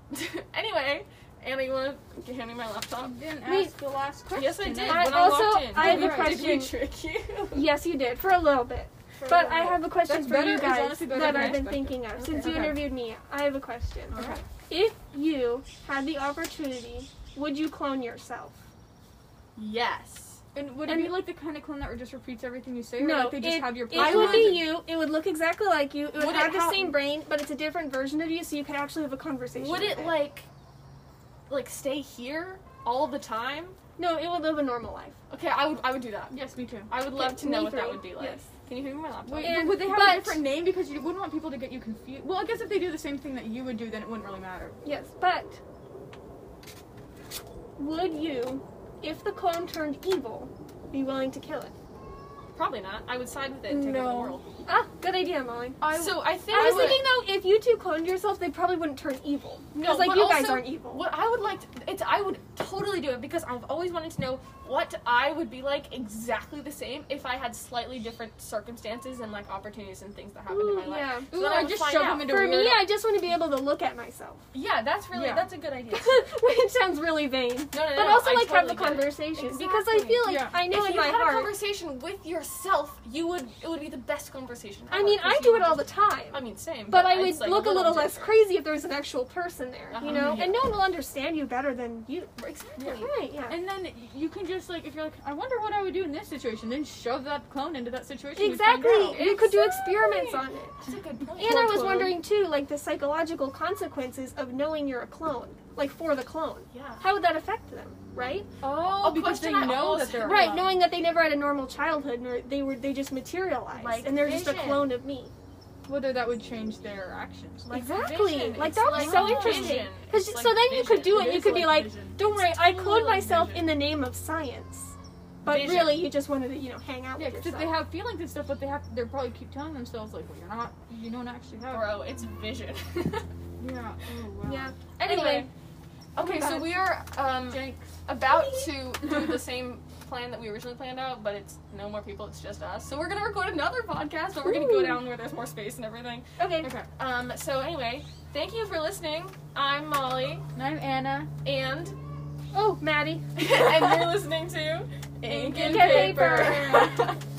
S4: anyway, Anna, you want to hand me my laptop?
S3: didn't
S2: Wait.
S3: ask the last question.
S4: Yes, I did.
S2: I
S4: when
S2: also-
S4: I walked in,
S2: I
S4: Did
S2: have a
S4: we-
S2: question.
S4: Did we trick you?
S2: Yes, you did for a little bit. But I have a question
S3: That's
S2: for
S3: better-
S2: you
S3: it's
S2: guys
S3: honestly better
S2: that
S3: than I
S2: I've been
S3: expected.
S2: thinking of since you
S4: Okay.
S2: interviewed me. I have a question.
S4: Alright.
S2: If you had the opportunity, would you clone yourself?
S4: Yes.
S3: And would
S2: And-
S3: it be like the kind of clone that just repeats everything you say, or
S2: No,
S3: like they just
S2: it-
S3: have your?
S2: It
S3: personality?
S2: would be you. It would look exactly like you. It would,
S4: Would it
S2: have the
S4: ha-
S2: same brain, but it's a different version of you, so you could actually have a conversation.
S4: Would
S2: with
S4: it like, like stay here all the time?
S2: No, it would live a normal life.
S4: Okay, I would. I would do that.
S3: Yes, me too.
S4: I would love to
S2: me
S4: know what that
S2: three.
S4: would be like.
S2: Yes.
S4: Can you hand me my laptop?
S3: Wait,
S2: And-
S3: but would they have
S2: but-
S3: a different name because you wouldn't want people to get you confused? Well, I guess if they do the same thing that you would do, then it wouldn't really matter.
S2: Yes, but would you, if the clone turned evil, be willing to kill it?
S4: Probably not. I would side with it and take over
S3: No.
S4: the world.
S2: Ah, good idea, Molly.
S4: so I think
S2: I was
S4: would-
S2: thinking though, if you two cloned yourself, they probably wouldn't turn evil.
S4: No,
S2: Because like
S4: but
S2: you guys
S4: also,
S2: aren't evil.
S4: What I would like, to, it's I would totally do it because I've always wanted to know what I would be like exactly the same if I had slightly different circumstances and like opportunities and things that happened
S2: Ooh,
S4: in my life.
S2: yeah.
S4: So
S3: Ooh,
S4: then
S3: I
S4: I would
S3: just
S4: find
S3: shove
S4: out.
S3: them into-
S2: For
S3: weird-
S2: me, I just want to be able to look at myself,
S4: Yeah, that's really
S3: Yeah.
S4: that's a good idea.
S2: which sounds really vain.
S4: No, no, no,
S2: but
S4: no,
S2: also
S4: I
S2: like
S4: totally
S2: have the
S4: get it.
S2: conversation because I
S4: Exactly.
S2: feel like
S3: Yeah.
S2: I know
S4: if
S2: in
S4: you
S2: my
S4: had a
S2: heart.
S4: conversation with yourself, you would it would be the best conversation.
S2: I
S4: ever,
S2: mean,
S4: 'cause
S2: I
S4: you
S2: do
S4: would
S2: it all the
S4: just-
S2: time.
S4: I mean, same.
S2: But I would
S4: it's, like,
S2: look a little less
S4: different.
S2: crazy if there's an actual person there,
S4: Uh-huh.
S2: you know.
S4: Yeah.
S2: And no one will understand you better than you.
S4: Exactly.
S2: Right? Yeah.
S3: And then you can just like, if you're like, I wonder what I would do in this situation, then shove that clone into that situation. you'd find
S2: Exactly.
S3: out.
S2: You could do experiments on it.
S4: That's a good point.
S2: And I was
S3: clone.
S2: wondering too, like the psychological consequences of knowing you're a clone, like for the clone.
S4: Yeah.
S2: How would that affect them, right?
S3: Oh,
S4: A
S3: because they
S4: question I
S3: know
S4: also-
S3: that they're
S2: Right,
S3: alone.
S2: knowing that they never had a normal childhood, nor they were they just materialized,
S4: Like
S2: and they're just a
S4: vision.
S2: clone of me.
S3: whether that would change their actions.
S4: Like
S2: exactly,
S4: vision.
S2: like
S4: It's
S2: that was so
S4: vision.
S2: interesting. Because
S4: It's
S2: so
S4: like
S2: then you could
S4: vision.
S2: do it.
S3: It
S2: you
S3: is
S2: could be like,
S3: vision.
S2: don't worry, I
S4: Totally
S2: cloned myself
S4: vision.
S2: in the name of science, but
S4: Vision.
S2: really you just wanted to you know hang out
S3: Yeah,
S2: with
S3: because
S2: yourself.
S3: they have feelings and stuff, but they have they probably keep telling themselves like, well, you're not, you don't actually have.
S4: Bro, it's vision.
S3: Yeah. Oh wow.
S2: yeah.
S4: anyway.
S2: Anyway.
S4: Okay, so
S2: God.
S4: we are um,
S3: Jinx.
S4: about to do the same plan that we originally planned out, but it's no more people, it's just us. So we're gonna record another podcast, but we're gonna go
S2: Ooh.
S4: down where there's more space and everything.
S2: Okay.
S3: Okay.
S4: Um, so anyway, thank you for listening. I'm Molly,
S3: And I'm Anna.
S4: and
S2: Oh, Maddie.
S4: and you're listening to Ink and
S2: and
S4: Paper.